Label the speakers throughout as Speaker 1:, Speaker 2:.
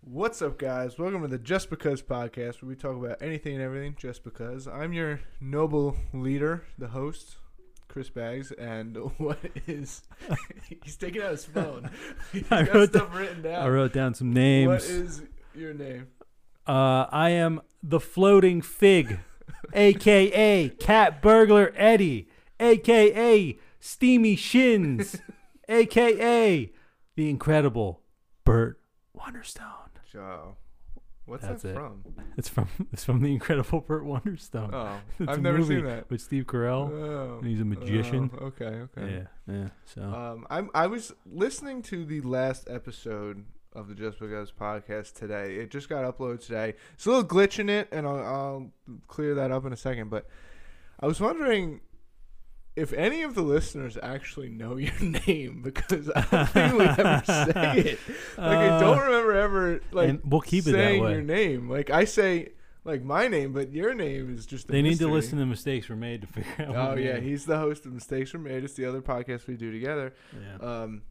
Speaker 1: What's up, guys? Welcome to the Just Because podcast, where we talk about anything and everything just because. I'm your noble leader, the host, Chris Bags, and what is. he's taking out his phone. He's
Speaker 2: I
Speaker 1: got
Speaker 2: wrote
Speaker 1: stuff written down.
Speaker 2: I wrote down some
Speaker 1: what
Speaker 2: names.
Speaker 1: is your name?
Speaker 2: uh, I am the floating fig, aka cat burglar Eddie, aka steamy shins, aka the incredible Bert Wonderstone.
Speaker 1: Joe. What's
Speaker 2: That's
Speaker 1: that
Speaker 2: it.
Speaker 1: from?
Speaker 2: It's from it's from the incredible Bert Wonderstone.
Speaker 1: Oh,
Speaker 2: It's
Speaker 1: I've
Speaker 2: a
Speaker 1: never
Speaker 2: movie
Speaker 1: seen that.
Speaker 2: with Steve Carell.
Speaker 1: Oh,
Speaker 2: and he's a magician.
Speaker 1: oh, okay, okay.
Speaker 2: Yeah, yeah. So
Speaker 1: Um, I'm, I was listening to the last episode of the Just Because podcast today. It just got uploaded today. It's a little glitch in it, and I'll, I'll clear that up in a second. But I was wondering if any of the listeners actually know your name because I don't think we ever say it. Like I don't
Speaker 2: Uh,
Speaker 1: remember ever like
Speaker 2: and we'll keep it that
Speaker 1: saying your
Speaker 2: way.
Speaker 1: name. Like I say like my name, but your name is just. a
Speaker 2: They need to
Speaker 1: mystery.
Speaker 2: listen to mistakes were made to figure out.
Speaker 1: Oh
Speaker 2: what
Speaker 1: yeah,
Speaker 2: name-
Speaker 1: he's the host of Mistakes Were Made. It's the other podcast we do together.
Speaker 2: yeah.
Speaker 1: Um,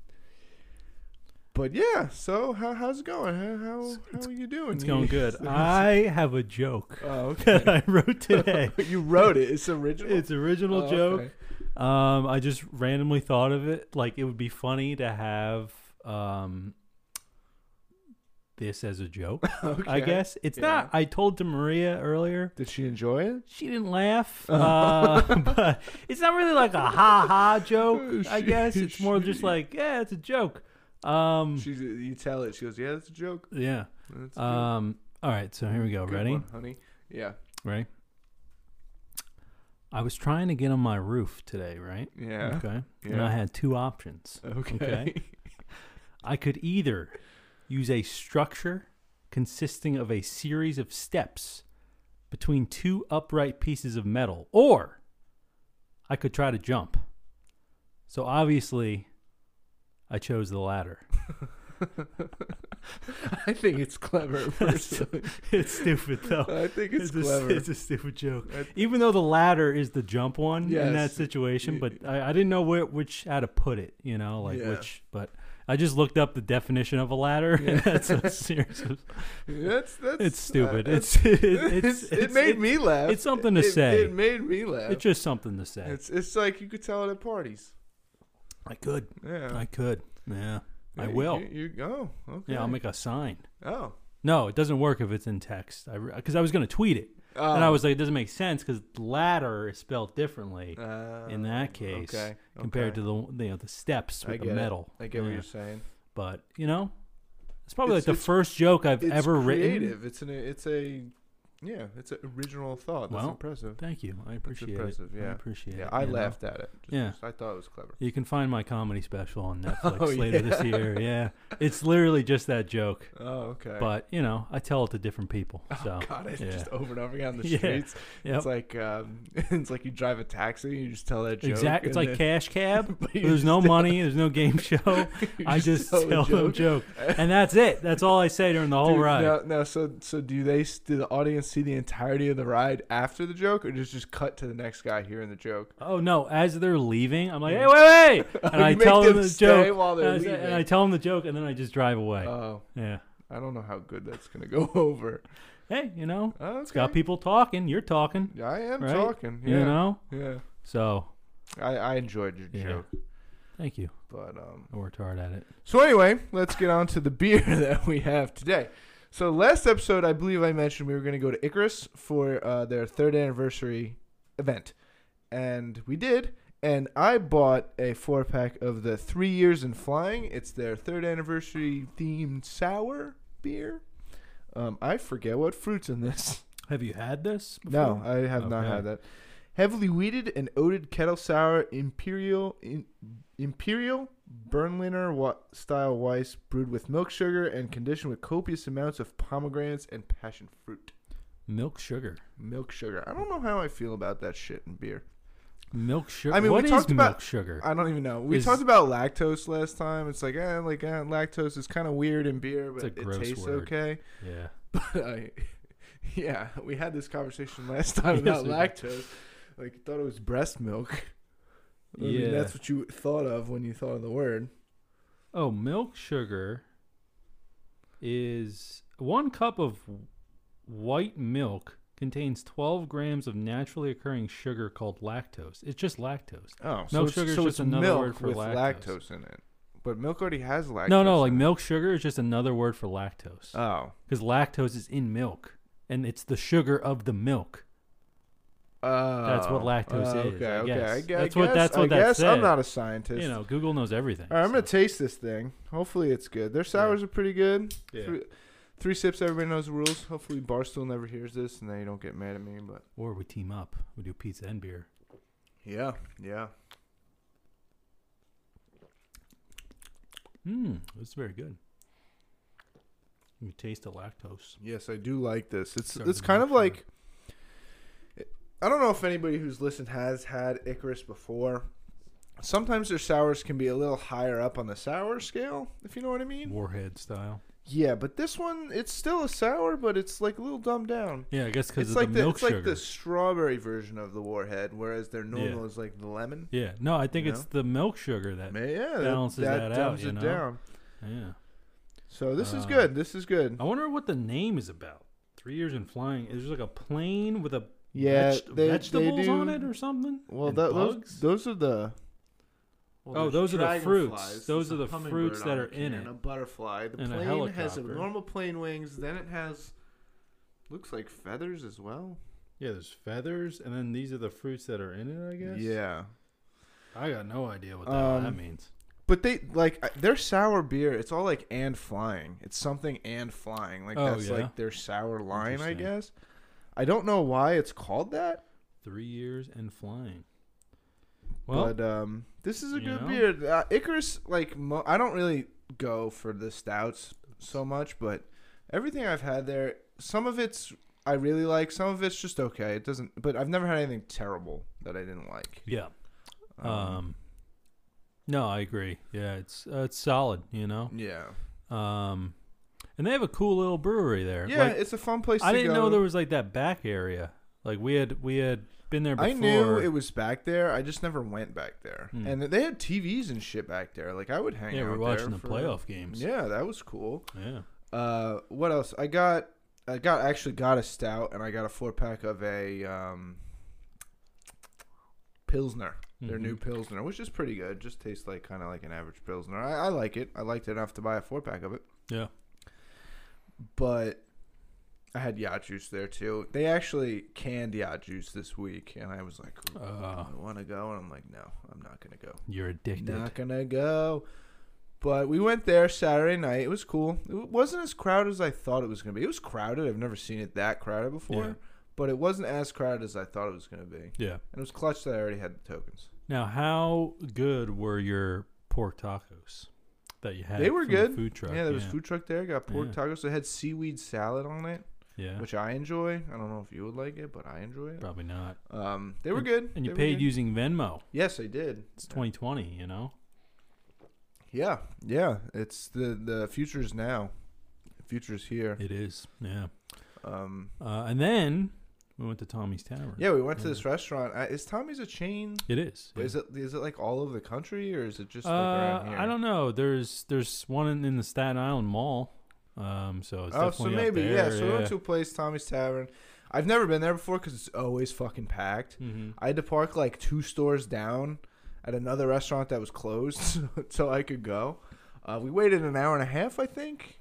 Speaker 1: but yeah, so how, how's it going? How, how, how are you doing?
Speaker 2: It's going good. I have a joke
Speaker 1: oh,
Speaker 2: that
Speaker 1: okay.
Speaker 2: I wrote today.
Speaker 1: you wrote it. It's original.
Speaker 2: It's original
Speaker 1: Oh,
Speaker 2: joke.
Speaker 1: okay.
Speaker 2: Um, I just randomly thought of it. Like it would be funny to have um this as a joke. I
Speaker 1: Okay.
Speaker 2: guess it's
Speaker 1: Yeah.
Speaker 2: not. I told to Maria earlier.
Speaker 1: Did she enjoy it?
Speaker 2: She didn't laugh,
Speaker 1: Oh.
Speaker 2: uh, but it's not really like a ha ha joke. I
Speaker 1: She-
Speaker 2: guess it's more just
Speaker 1: she-
Speaker 2: like yeah, it's a joke. Um,
Speaker 1: She, you tell it. She goes, "Yeah, that's a joke.
Speaker 2: yeah.
Speaker 1: That's a joke.
Speaker 2: Um, all right, so here we go.
Speaker 1: Good
Speaker 2: Ready?
Speaker 1: one, honey? Yeah,
Speaker 2: Ready? I was trying to get on my roof today, right?
Speaker 1: yeah.
Speaker 2: Okay. And
Speaker 1: Yeah. Uh,
Speaker 2: I had two options.
Speaker 1: Okay.
Speaker 2: Okay. I could either use a structure consisting of a series of steps between two upright pieces of metal, or I could try to jump. So obviously, I chose the latter.
Speaker 1: I think it's clever. Personally,
Speaker 2: It's stupid though.
Speaker 1: I think it's,
Speaker 2: a,
Speaker 1: clever.
Speaker 2: it's a stupid joke.
Speaker 1: That-
Speaker 2: Even though the latter is the jump one in that
Speaker 1: Yes. Y-
Speaker 2: situation, but I, I didn't know where, which how to put it. You know, like
Speaker 1: Yeah.
Speaker 2: which. But I just looked up the definition of a ladder, and that's a series of
Speaker 1: that's that's.
Speaker 2: It's
Speaker 1: uh,
Speaker 2: stupid.
Speaker 1: that's-
Speaker 2: It's it,
Speaker 1: it's,
Speaker 2: it's,
Speaker 1: it made me laugh.
Speaker 2: it's something to
Speaker 1: It-
Speaker 2: say.
Speaker 1: It made me laugh.
Speaker 2: It's just something to say.
Speaker 1: It's it's like you could tell it at parties.
Speaker 2: I could.
Speaker 1: Yeah,
Speaker 2: I could. Yeah. I
Speaker 1: You-
Speaker 2: will.
Speaker 1: You, you go. Okay.
Speaker 2: Yeah, I'll make a sign.
Speaker 1: Oh.
Speaker 2: No, it doesn't work if it's in text. I because I was gonna tweet it,
Speaker 1: Oh.
Speaker 2: and I was like, it doesn't make sense because ladder is spelled differently
Speaker 1: Uh,
Speaker 2: in that case
Speaker 1: okay,
Speaker 2: compared
Speaker 1: okay.
Speaker 2: to the you know the steps
Speaker 1: I
Speaker 2: with the
Speaker 1: get it.
Speaker 2: metal.
Speaker 1: I get what
Speaker 2: Yeah.
Speaker 1: you're saying.
Speaker 2: But you know, it's probably
Speaker 1: It's-
Speaker 2: like the
Speaker 1: it's-
Speaker 2: first joke I've
Speaker 1: It's
Speaker 2: ever
Speaker 1: creative.
Speaker 2: written.
Speaker 1: It's an it's a yeah. It's an original thought. That's
Speaker 2: Well,
Speaker 1: impressive.
Speaker 2: Thank you. I appreciate it.
Speaker 1: impressive, yeah.
Speaker 2: I appreciate
Speaker 1: Yeah,
Speaker 2: it.
Speaker 1: I
Speaker 2: you know?
Speaker 1: laughed at it. Just-
Speaker 2: Yeah.
Speaker 1: just- I thought it was clever.
Speaker 2: You can find my comedy special on Netflix
Speaker 1: Oh,
Speaker 2: later this year. Yeah. It's literally just that joke.
Speaker 1: Oh, okay.
Speaker 2: But, you know, I tell it to different people. So,
Speaker 1: Oh, God, it's
Speaker 2: yeah.
Speaker 1: just over and over again on the
Speaker 2: Yeah.
Speaker 1: streets.
Speaker 2: Yep.
Speaker 1: It's like um, it's like you drive a taxi. You just tell that joke.
Speaker 2: exactly. It's
Speaker 1: and then
Speaker 2: like Cash Cab.
Speaker 1: But you
Speaker 2: There's
Speaker 1: just
Speaker 2: no
Speaker 1: tell-
Speaker 2: money. There's no game show.
Speaker 1: you
Speaker 2: I just
Speaker 1: tell the
Speaker 2: tell them
Speaker 1: joke.
Speaker 2: joke. And that's it. That's all I say during the whole
Speaker 1: Dude,
Speaker 2: ride.
Speaker 1: Now, now, so so do they? s- Do the audience see the entirety of the ride after the joke, or just just cut to the next guy hearing the joke?
Speaker 2: Oh no! As they're leaving, I'm like, "Hey,
Speaker 1: Yeah.
Speaker 2: wait, wait!" And
Speaker 1: You
Speaker 2: I
Speaker 1: make
Speaker 2: tell them
Speaker 1: them
Speaker 2: the
Speaker 1: stay
Speaker 2: joke,
Speaker 1: while they're
Speaker 2: and I say- and I
Speaker 1: leaving.
Speaker 2: tell them the joke, and then I just drive away.
Speaker 1: Oh,
Speaker 2: yeah.
Speaker 1: I don't know how good that's gonna go over.
Speaker 2: Hey, you know,
Speaker 1: Okay.
Speaker 2: it's got people talking. You're talking.
Speaker 1: I am
Speaker 2: right?
Speaker 1: talking. Yeah,
Speaker 2: You know.
Speaker 1: yeah.
Speaker 2: So,
Speaker 1: I, I enjoyed your
Speaker 2: Yeah.
Speaker 1: joke,
Speaker 2: thank you.
Speaker 1: but um.
Speaker 2: I worked hard at it.
Speaker 1: So anyway, let's get on to the beer that we have today. So last episode, I believe I mentioned we were going to go to Icarus for uh, their third anniversary event, and we did. And I bought a four pack of the Three Years in Flying. It's their third anniversary themed sour beer. Um, I forget what fruits in this.
Speaker 2: Have you had this?
Speaker 1: No, I have not
Speaker 2: Okay.
Speaker 1: had that. Heavily wheated and oated kettle sour imperial in, imperial Berliner wa- style Weiss brewed with milk sugar and conditioned with copious amounts of pomegranates and passion fruit.
Speaker 2: milk sugar.
Speaker 1: Milk sugar. I don't know how I feel about that shit in beer.
Speaker 2: Milk sugar.
Speaker 1: I mean, we
Speaker 2: What is
Speaker 1: talked about-
Speaker 2: milk sugar?
Speaker 1: I don't even know. We
Speaker 2: Is-
Speaker 1: talked about lactose last time. It's like, eh, like eh, lactose is kind of weird in beer, but
Speaker 2: a
Speaker 1: it
Speaker 2: gross
Speaker 1: tastes
Speaker 2: word.
Speaker 1: okay.
Speaker 2: yeah.
Speaker 1: I, yeah, we had this conversation last time
Speaker 2: Yes,
Speaker 1: about
Speaker 2: we did.
Speaker 1: lactose. Like, you thought it was breast milk. I mean,
Speaker 2: Yeah.
Speaker 1: that's what you thought of when you thought of the word.
Speaker 2: Oh, milk sugar is one cup of white milk contains 12 grams of naturally occurring sugar called lactose. It's just lactose.
Speaker 1: Oh,
Speaker 2: No
Speaker 1: so it's-
Speaker 2: sugar is
Speaker 1: so
Speaker 2: just
Speaker 1: it's
Speaker 2: another
Speaker 1: milk
Speaker 2: word for
Speaker 1: with
Speaker 2: lactose.
Speaker 1: lactose. in it. But milk already has lactose.
Speaker 2: no, no, like
Speaker 1: in it.
Speaker 2: milk sugar is just another word for lactose.
Speaker 1: Oh,
Speaker 2: Because lactose is in milk, and it's the sugar of the milk.
Speaker 1: oh,
Speaker 2: what lactose
Speaker 1: okay,
Speaker 2: is, I
Speaker 1: okay,
Speaker 2: guess.
Speaker 1: I gue- I
Speaker 2: That's what- that's
Speaker 1: guess-
Speaker 2: what
Speaker 1: I
Speaker 2: that
Speaker 1: guess I'm
Speaker 2: said.
Speaker 1: not a scientist.
Speaker 2: You know, Google knows everything.
Speaker 1: All right, I'm
Speaker 2: so-
Speaker 1: gonna taste this thing. Hopefully, it's good. Their sours are pretty good.
Speaker 2: Yeah.
Speaker 1: Three, three sips. Everybody knows the rules. Hopefully, Barstool never hears this, and they don't get mad at me. But
Speaker 2: Or we team up. We do pizza and beer.
Speaker 1: yeah, yeah.
Speaker 2: Hmm, it's very good. You can taste the lactose.
Speaker 1: Yes, I do like this. It's
Speaker 2: Sorry,
Speaker 1: it's
Speaker 2: the
Speaker 1: kind of
Speaker 2: milk
Speaker 1: like I don't know if anybody who's listened has had Icarus before. Sometimes their sours can be a little higher up on the sour scale, if you know what I mean.
Speaker 2: Warhead style.
Speaker 1: Yeah, but this one it's still a sour, but it's like a little dumbed down.
Speaker 2: Yeah, I guess because
Speaker 1: It's
Speaker 2: of
Speaker 1: like
Speaker 2: the
Speaker 1: the,
Speaker 2: milk
Speaker 1: it's
Speaker 2: sugar.
Speaker 1: like the strawberry version of the warhead, whereas their normal is like the lemon.
Speaker 2: Yeah, no, I think
Speaker 1: You
Speaker 2: it's
Speaker 1: know?
Speaker 2: the milk sugar that.
Speaker 1: Yeah,
Speaker 2: balances
Speaker 1: that,
Speaker 2: that out,
Speaker 1: dumbs
Speaker 2: you
Speaker 1: it
Speaker 2: know?
Speaker 1: down.
Speaker 2: Yeah.
Speaker 1: So this is
Speaker 2: Uh,
Speaker 1: good. This is good.
Speaker 2: I wonder what the name is about. Three years in flying. Is there like a plane with a
Speaker 1: Yeah,
Speaker 2: veg-
Speaker 1: they- they
Speaker 2: vegetables on
Speaker 1: do-
Speaker 2: it or something?
Speaker 1: Well,
Speaker 2: And
Speaker 1: that,
Speaker 2: bugs?
Speaker 1: those those are the
Speaker 2: Oh,
Speaker 3: there's
Speaker 2: those are the fruits.
Speaker 3: dragonflies,
Speaker 2: Those
Speaker 3: there's
Speaker 2: are
Speaker 3: a
Speaker 2: the
Speaker 3: hummingbird
Speaker 2: fruits that
Speaker 3: on
Speaker 2: are in
Speaker 3: can,
Speaker 2: it.
Speaker 3: A butterfly. The
Speaker 2: And a
Speaker 3: plane has
Speaker 2: helicopter.
Speaker 3: abnormal plane wings. Then it has looks like feathers as well.
Speaker 2: yeah, there's feathers, and then these are the fruits that are in it. I guess.
Speaker 1: yeah.
Speaker 2: I got no idea what the hell
Speaker 1: Um,
Speaker 2: that means.
Speaker 1: But they like I- their sour beer. It's all like and flying. It's something and flying. Like
Speaker 2: Oh,
Speaker 1: that's
Speaker 2: yeah?
Speaker 1: like their sour line, I
Speaker 2: Interesting.
Speaker 1: guess. I don't know why it's called that,
Speaker 2: Three years and flying. Well,
Speaker 1: but um, this is a
Speaker 2: you
Speaker 1: good
Speaker 2: know?
Speaker 1: beer. Uh, Icarus, like mo- I don't really go for the stouts so much, but everything I've had there, some of it's I really like, some of it's just okay. It doesn't, but I've never had anything terrible that I didn't like.
Speaker 2: yeah. Um, no, I agree. Yeah, it's uh, it's solid. You know.
Speaker 1: yeah,
Speaker 2: Um, and they have a cool little brewery there.
Speaker 1: yeah,
Speaker 2: Like,
Speaker 1: it's a fun place.
Speaker 2: I
Speaker 1: to
Speaker 2: didn't
Speaker 1: go.
Speaker 2: know there was like that back area. Like we had we had been there before.
Speaker 1: I knew it was back there. I just never went back there.
Speaker 2: Hmm.
Speaker 1: And they had TVs and shit back there. Like I would hang
Speaker 2: Yeah,
Speaker 1: out.
Speaker 2: we're watching
Speaker 1: there
Speaker 2: the
Speaker 1: for-
Speaker 2: playoff games.
Speaker 1: Yeah, that was cool.
Speaker 2: Yeah.
Speaker 1: Uh, what else? I got. I got actually got a stout and I got a four pack of a um, pilsner. Their new
Speaker 2: Mhm.
Speaker 1: pilsner, which is pretty good. Just tastes like kind of like an average pilsner. I, I like it. I liked it enough to buy a four pack of it.
Speaker 2: Yeah.
Speaker 1: But I had yacht juice there too. They actually canned yacht juice this week, and I was like, "Ooh,
Speaker 2: Oh.
Speaker 1: I want to go, and I'm like, no, I'm not gonna go.
Speaker 2: You're addicted.
Speaker 1: Not gonna go. But we went there Saturday night. It was cool. It wasn't as crowded as I thought it was gonna be. It was crowded. I've never seen it that crowded before.
Speaker 2: Yeah.
Speaker 1: But it wasn't as crowded as I thought it was gonna be. And
Speaker 2: Yeah.
Speaker 1: it was clutch that I already had the tokens.
Speaker 2: Now, how good were your pork tacos that you had?
Speaker 1: They were
Speaker 2: from the
Speaker 1: good.
Speaker 2: food truck.
Speaker 1: yeah, there was food truck there. Got pork
Speaker 2: Yeah.
Speaker 1: tacos. They had seaweed salad on it,
Speaker 2: Yeah.
Speaker 1: which I enjoy. I don't know if you would like it, but I enjoy it.
Speaker 2: Probably not.
Speaker 1: Um, they were good.
Speaker 2: And you
Speaker 1: They were
Speaker 2: paid
Speaker 1: good.
Speaker 2: using Venmo.
Speaker 1: Yes, I did.
Speaker 2: It's 2020. You know.
Speaker 1: Yeah, yeah. It's the the future's now. The future's here.
Speaker 2: It is. Yeah.
Speaker 1: Um,
Speaker 2: Uh, and then we went to Tommy's Tavern.
Speaker 1: yeah, we went to this restaurant. I, is Tommy's a chain?
Speaker 2: It is. Mm. yeah.
Speaker 1: Is it is it like all over the country or is it just like
Speaker 2: Uh,
Speaker 1: around here?
Speaker 2: I don't know. There's there's one in, in the Staten Island Mall. Um, so it's
Speaker 1: oh, so
Speaker 2: definitely up
Speaker 1: maybe yeah.
Speaker 2: there,
Speaker 1: So we went to a place, Tommy's Tavern. I've never been there before because it's always fucking packed.
Speaker 2: Mhm.
Speaker 1: I had to park like two stores down at another restaurant that was closed so, so I could go. Uh, we waited an hour and a half, I think.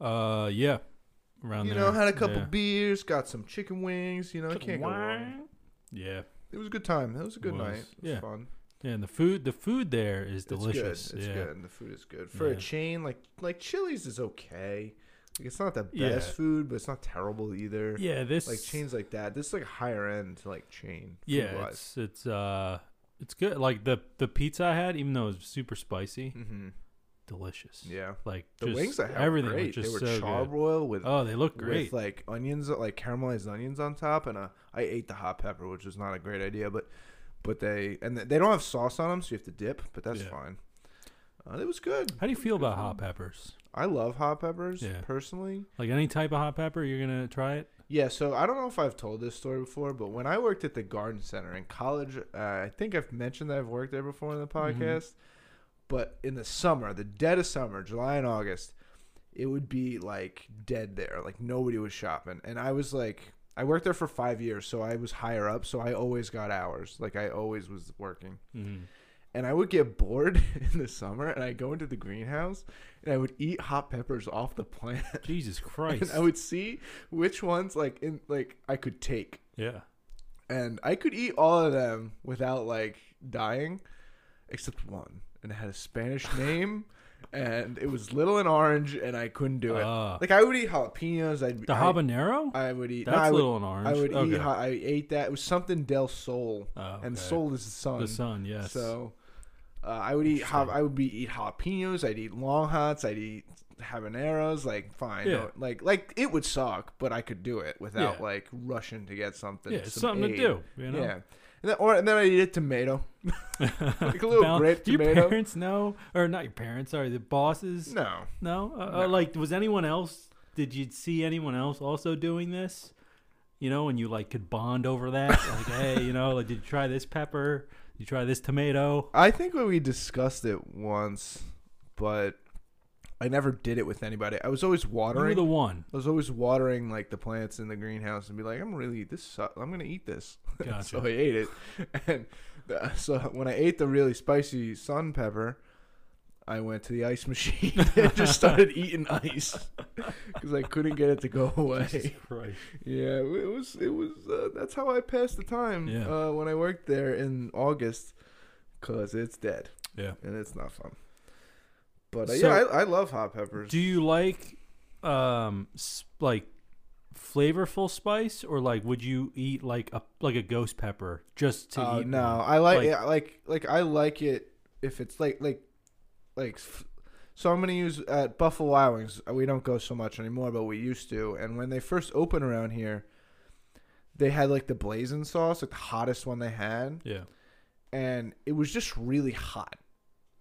Speaker 2: Uh, yeah, around
Speaker 1: you
Speaker 2: there.
Speaker 1: know, had a couple
Speaker 2: yeah.
Speaker 1: beers, got some chicken wings. You know, I can't go wrong.
Speaker 2: Yeah,
Speaker 1: It was a good time. That was a good
Speaker 2: Was,
Speaker 1: night. It was
Speaker 2: yeah.
Speaker 1: fun.
Speaker 2: yeah. And the food, the food there is delicious.
Speaker 1: It's good. It's
Speaker 2: yeah.
Speaker 1: good. And the food is good. For a
Speaker 2: Yeah.
Speaker 1: chain, like like Chili's is okay. Like it's not the best
Speaker 2: Yeah.
Speaker 1: food, but it's not terrible either.
Speaker 2: Yeah, this
Speaker 1: Like chains like that. This is like a higher end like chain.
Speaker 2: Yeah, it's it's uh, it's good. Like the the pizza I had, even though it was super spicy,
Speaker 1: Mm-hmm.
Speaker 2: delicious.
Speaker 1: Yeah.
Speaker 2: like
Speaker 1: The
Speaker 2: just
Speaker 1: wings I had
Speaker 2: everything
Speaker 1: everything
Speaker 2: was
Speaker 1: great.
Speaker 2: just
Speaker 1: they were
Speaker 2: so good.
Speaker 1: charbroiled with
Speaker 2: Oh, they look
Speaker 1: with
Speaker 2: great.
Speaker 1: like onions, like caramelized onions on top, and uh, I ate the hot pepper, which was not a great idea, but but they and they don't have sauce on them, so you have to dip, but that's
Speaker 2: Yeah.
Speaker 1: fine. Uh, it was good.
Speaker 2: How do you feel about hot peppers?
Speaker 1: I love hot peppers
Speaker 2: Yeah.
Speaker 1: personally.
Speaker 2: Like any type of hot pepper, you're gonna try it.
Speaker 1: Yeah, so I don't know if I've told this story before, but when I worked at the garden center in college, uh, I think I've mentioned that I've worked there before in the podcast. But in the summer, the dead of summer, July and August, it would be like dead there. Like nobody was shopping. And I was like, I worked there for five years, so I was higher up, so I always got hours. Like I always was working.
Speaker 2: Mm-hmm.
Speaker 1: And I would get bored in the summer, and I'd go into the greenhouse, and I would eat hot peppers off the plant.
Speaker 2: Jesus
Speaker 1: And
Speaker 2: Christ.
Speaker 1: I would see which ones like in like I could take.
Speaker 2: yeah.
Speaker 1: And I could eat all of them without like dying, except one. And it had a Spanish name and it was little and orange and I couldn't do it.
Speaker 2: Ah.
Speaker 1: like I would eat jalapenos, I'd
Speaker 2: The
Speaker 1: I,
Speaker 2: habanero?
Speaker 1: I would eat no,
Speaker 2: That's
Speaker 1: I would,
Speaker 2: little and orange.
Speaker 1: I would
Speaker 2: Okay.
Speaker 1: eat hot, I ate that. It was something del sol.
Speaker 2: Oh,
Speaker 1: And
Speaker 2: okay.
Speaker 1: sol is the sun.
Speaker 2: The sun, yes.
Speaker 1: So uh, I would eat ha- I would be eat jalapenos. I'd eat long hots. I'd eat habaneros. Like fine,
Speaker 2: Yeah.
Speaker 1: like like it would suck, but I could do it without
Speaker 2: Yeah.
Speaker 1: like rushing to get something.
Speaker 2: yeah, it's
Speaker 1: some
Speaker 2: something
Speaker 1: aid.
Speaker 2: to do. You know?
Speaker 1: Yeah, and then, or and then I eat a tomato. like a little
Speaker 2: Bal-
Speaker 1: grape
Speaker 2: do your
Speaker 1: tomato.
Speaker 2: parents know? Or not your parents, sorry, the bosses?
Speaker 1: No,
Speaker 2: No? Uh, uh,
Speaker 1: No.
Speaker 2: like, was anyone else, did you see anyone else also doing this? You know, and you like could bond over that? like, hey, you know, like, did you try this pepper? Did you try this tomato?
Speaker 1: I think when we discussed it once, but I never did it with anybody. I was always
Speaker 2: You were
Speaker 1: watering.
Speaker 2: the one.
Speaker 1: I was always watering like the plants in the greenhouse and be like, I'm really this. Su- I'm gonna eat this.
Speaker 2: Gotcha.
Speaker 1: so I ate it, and the, so when I ate the really spicy sun pepper, I went to the ice machine and just started eating ice because I couldn't get it to go
Speaker 2: Jesus
Speaker 1: away.
Speaker 2: Christ.
Speaker 1: Yeah, it was. It was. Uh, that's how I passed the time
Speaker 2: Yeah.
Speaker 1: uh, when I worked there in August, cause it's dead
Speaker 2: Yeah.
Speaker 1: and it's not fun. But uh,
Speaker 2: So-
Speaker 1: yeah, I, I love hot peppers.
Speaker 2: Do you like um s- like flavorful spice or like would you eat like a like a ghost pepper just to
Speaker 1: Oh
Speaker 2: eat?
Speaker 1: no,
Speaker 2: one?
Speaker 1: I like,
Speaker 2: Like-
Speaker 1: yeah, like like I like it if it's like like like. f- So I'm gonna use at Buffalo Wild Wings. Uh, We don't go so much anymore, but we used to. And when they first opened around here, they had like the blazing sauce, like the hottest one they had,
Speaker 2: Yeah.
Speaker 1: and it was just really hot.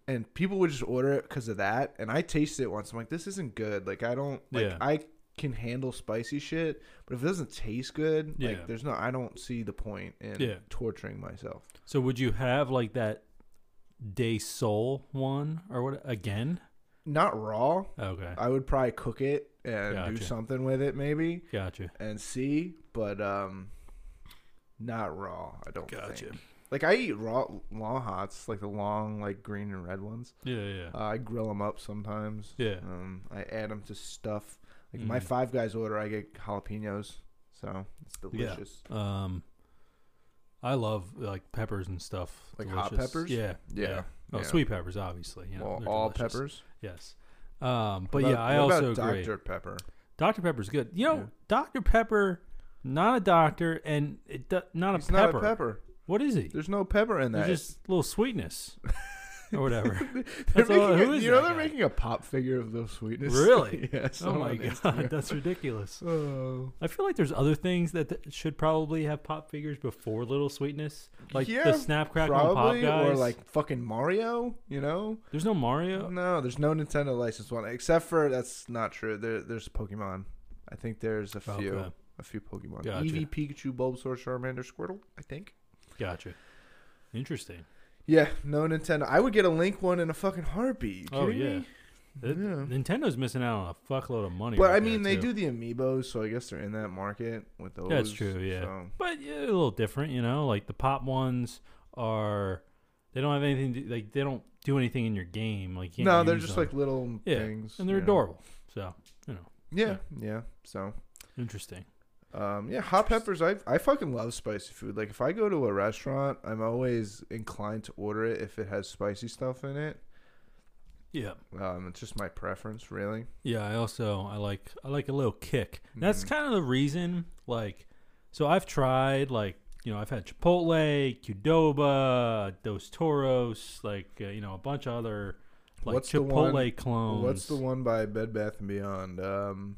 Speaker 1: And people would just order it because of that. And I tasted it once. I'm like, this isn't good. Like I don't like
Speaker 2: Yeah.
Speaker 1: I can handle spicy shit, but if it doesn't taste good,
Speaker 2: Yeah.
Speaker 1: like there's no I don't see the point in
Speaker 2: Yeah.
Speaker 1: torturing myself.
Speaker 2: So would you have like that day soul one or what again?
Speaker 1: not raw.
Speaker 2: Okay.
Speaker 1: I would probably cook it and do
Speaker 2: Gotcha.
Speaker 1: something with it maybe
Speaker 2: Gotcha.
Speaker 1: and see, but um not raw, I don't
Speaker 2: Gotcha.
Speaker 1: think. Like I eat raw long hots, like the long like green and red ones.
Speaker 2: Yeah, yeah.
Speaker 1: Uh, I grill them up sometimes.
Speaker 2: Yeah.
Speaker 1: Um I add them to stuff. Like my
Speaker 2: Mm.
Speaker 1: Five Guys order, I get jalapenos. So, it's delicious.
Speaker 2: Um I love like peppers and stuff.
Speaker 1: Like hot
Speaker 2: Delicious.
Speaker 1: peppers?
Speaker 2: Yeah.
Speaker 1: Yeah.
Speaker 2: Oh,
Speaker 1: Yeah.
Speaker 2: sweet peppers obviously, you know.
Speaker 1: well,
Speaker 2: they're
Speaker 1: all
Speaker 2: delicious.
Speaker 1: peppers.
Speaker 2: Yes. Um but
Speaker 1: What
Speaker 2: yeah,
Speaker 1: about-
Speaker 2: I
Speaker 1: what
Speaker 2: also
Speaker 1: about
Speaker 2: agree.
Speaker 1: Dr. Pepper.
Speaker 2: Dr. Pepper's good. You know,
Speaker 1: Yeah.
Speaker 2: Dr. Pepper, not a doctor, and it do, not a
Speaker 1: It's
Speaker 2: pepper.
Speaker 1: not a pepper.
Speaker 2: What is he?
Speaker 1: There's no pepper in
Speaker 2: There's
Speaker 1: that.
Speaker 2: just a little sweetness or whatever.
Speaker 1: They're
Speaker 2: That's all-
Speaker 1: making a-
Speaker 2: who is
Speaker 1: you know
Speaker 2: that
Speaker 1: they're
Speaker 2: guy?
Speaker 1: making a pop figure of those sweetness.
Speaker 2: Really?
Speaker 1: yes.
Speaker 2: oh my god, that's ridiculous.
Speaker 1: Oh.
Speaker 2: I feel like there's other things that th- should probably have pop figures before Little Sweetness, like
Speaker 1: Yeah,
Speaker 2: the Snap Crackle and Pop
Speaker 1: Probably
Speaker 2: guys.
Speaker 1: or like mm, fucking Mario, you know?
Speaker 2: there's no Mario.
Speaker 1: No, there's no Nintendo licensed one except for that's not true. There, there's Pokemon. I think there's a few,
Speaker 2: Oh, Okay.
Speaker 1: a few Pokemon.
Speaker 2: Gotcha.
Speaker 1: Eevee, Pikachu, Bulbasaur, Charmander, Squirtle. I think.
Speaker 2: Gotcha. Interesting.
Speaker 1: Yeah, no Nintendo. I would get a Link one in a fucking heartbeat. You
Speaker 2: Oh
Speaker 1: kidding
Speaker 2: yeah.
Speaker 1: me?
Speaker 2: Th-
Speaker 1: Yeah.
Speaker 2: Nintendo's missing out on a fuckload of money.
Speaker 1: But
Speaker 2: right
Speaker 1: I mean,
Speaker 2: there,
Speaker 1: they
Speaker 2: too.
Speaker 1: do the amiibos, so I guess they're in that market with those.
Speaker 2: That's true, yeah.
Speaker 1: so-
Speaker 2: but yeah, a little different, you know. Like the pop ones are, they don't have anything. To, like they don't do anything in your game. Like you
Speaker 1: No,
Speaker 2: can't
Speaker 1: they're
Speaker 2: use
Speaker 1: just
Speaker 2: them.
Speaker 1: like little
Speaker 2: Yeah,
Speaker 1: things,
Speaker 2: and they're
Speaker 1: yeah.
Speaker 2: adorable. So
Speaker 1: Yeah, yeah. So,
Speaker 2: interesting.
Speaker 1: um, yeah, hot peppers. I I fucking love spicy food. Like if I go to a restaurant, I'm always inclined to order it if it has spicy stuff in it.
Speaker 2: Yeah,
Speaker 1: Um, it's just my preference, really.
Speaker 2: yeah. I also I like I like a little kick. And That's
Speaker 1: Mm-hmm.
Speaker 2: kind of the reason. Like, so I've tried like you know I've had Chipotle, Qdoba, Dos Toros, like uh, you know a bunch of other like
Speaker 1: What's the
Speaker 2: Chipotle
Speaker 1: one-
Speaker 2: clones.
Speaker 1: What's the one by Bed Bath and Beyond? Um,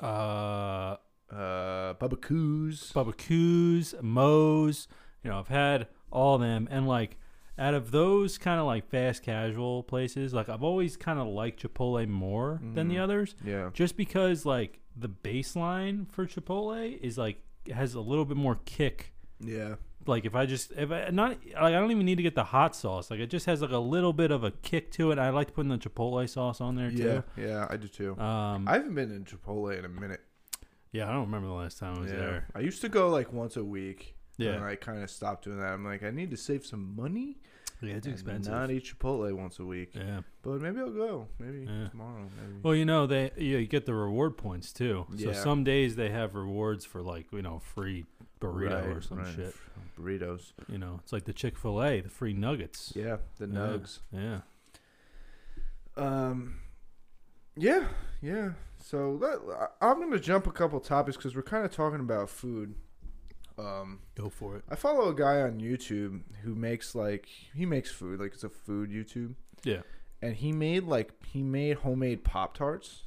Speaker 2: Uh,
Speaker 1: uh, Bubba Coos.
Speaker 2: Bubba Coos, Moe's. You know, I've had all of them, and like out of those kind of like fast casual places, like I've always kind of liked Chipotle more than
Speaker 1: Mm-hmm.
Speaker 2: the others,
Speaker 1: yeah,
Speaker 2: just because like the baseline for Chipotle is like has a little bit more kick
Speaker 1: yeah.
Speaker 2: Like if I just if I not like I don't even need to get the hot sauce. Like it just has like a little bit of a kick to it. I like to put in the chipotle sauce on there
Speaker 1: Yeah,
Speaker 2: too.
Speaker 3: Yeah, I do too.
Speaker 2: Um,
Speaker 1: I haven't been in Chipotle in a minute.
Speaker 2: yeah, I don't remember the last time I was
Speaker 1: yeah.
Speaker 2: there.
Speaker 1: I used to go like once a week.
Speaker 2: Yeah.
Speaker 1: And I kind of stopped doing that. I'm like, I need to save some money.
Speaker 2: Yeah, it's
Speaker 1: and
Speaker 2: expensive.
Speaker 1: Not e- eat Chipotle once a week.
Speaker 2: yeah.
Speaker 1: But maybe I'll go. Maybe
Speaker 2: Yeah.
Speaker 1: tomorrow. Maybe.
Speaker 2: Well, you know they you, you get the reward points too. So
Speaker 1: Yeah.
Speaker 2: some days they have rewards for like you know free burrito
Speaker 1: Right,
Speaker 2: or some
Speaker 1: right.
Speaker 2: shit.
Speaker 1: Burritos.
Speaker 2: You know it's like the Chick Fil A, the free nuggets.
Speaker 1: Yeah, the
Speaker 2: Yeah.
Speaker 1: nugs.
Speaker 2: Yeah.
Speaker 1: Um, yeah, yeah. So let, I- I'm gonna jump a couple topics because we're kind of talking about food. Um,
Speaker 2: Go for it.
Speaker 1: I follow a guy on YouTube who makes like he makes food like it's a food YouTube.
Speaker 2: Yeah.
Speaker 1: And he made like he made homemade pop tarts.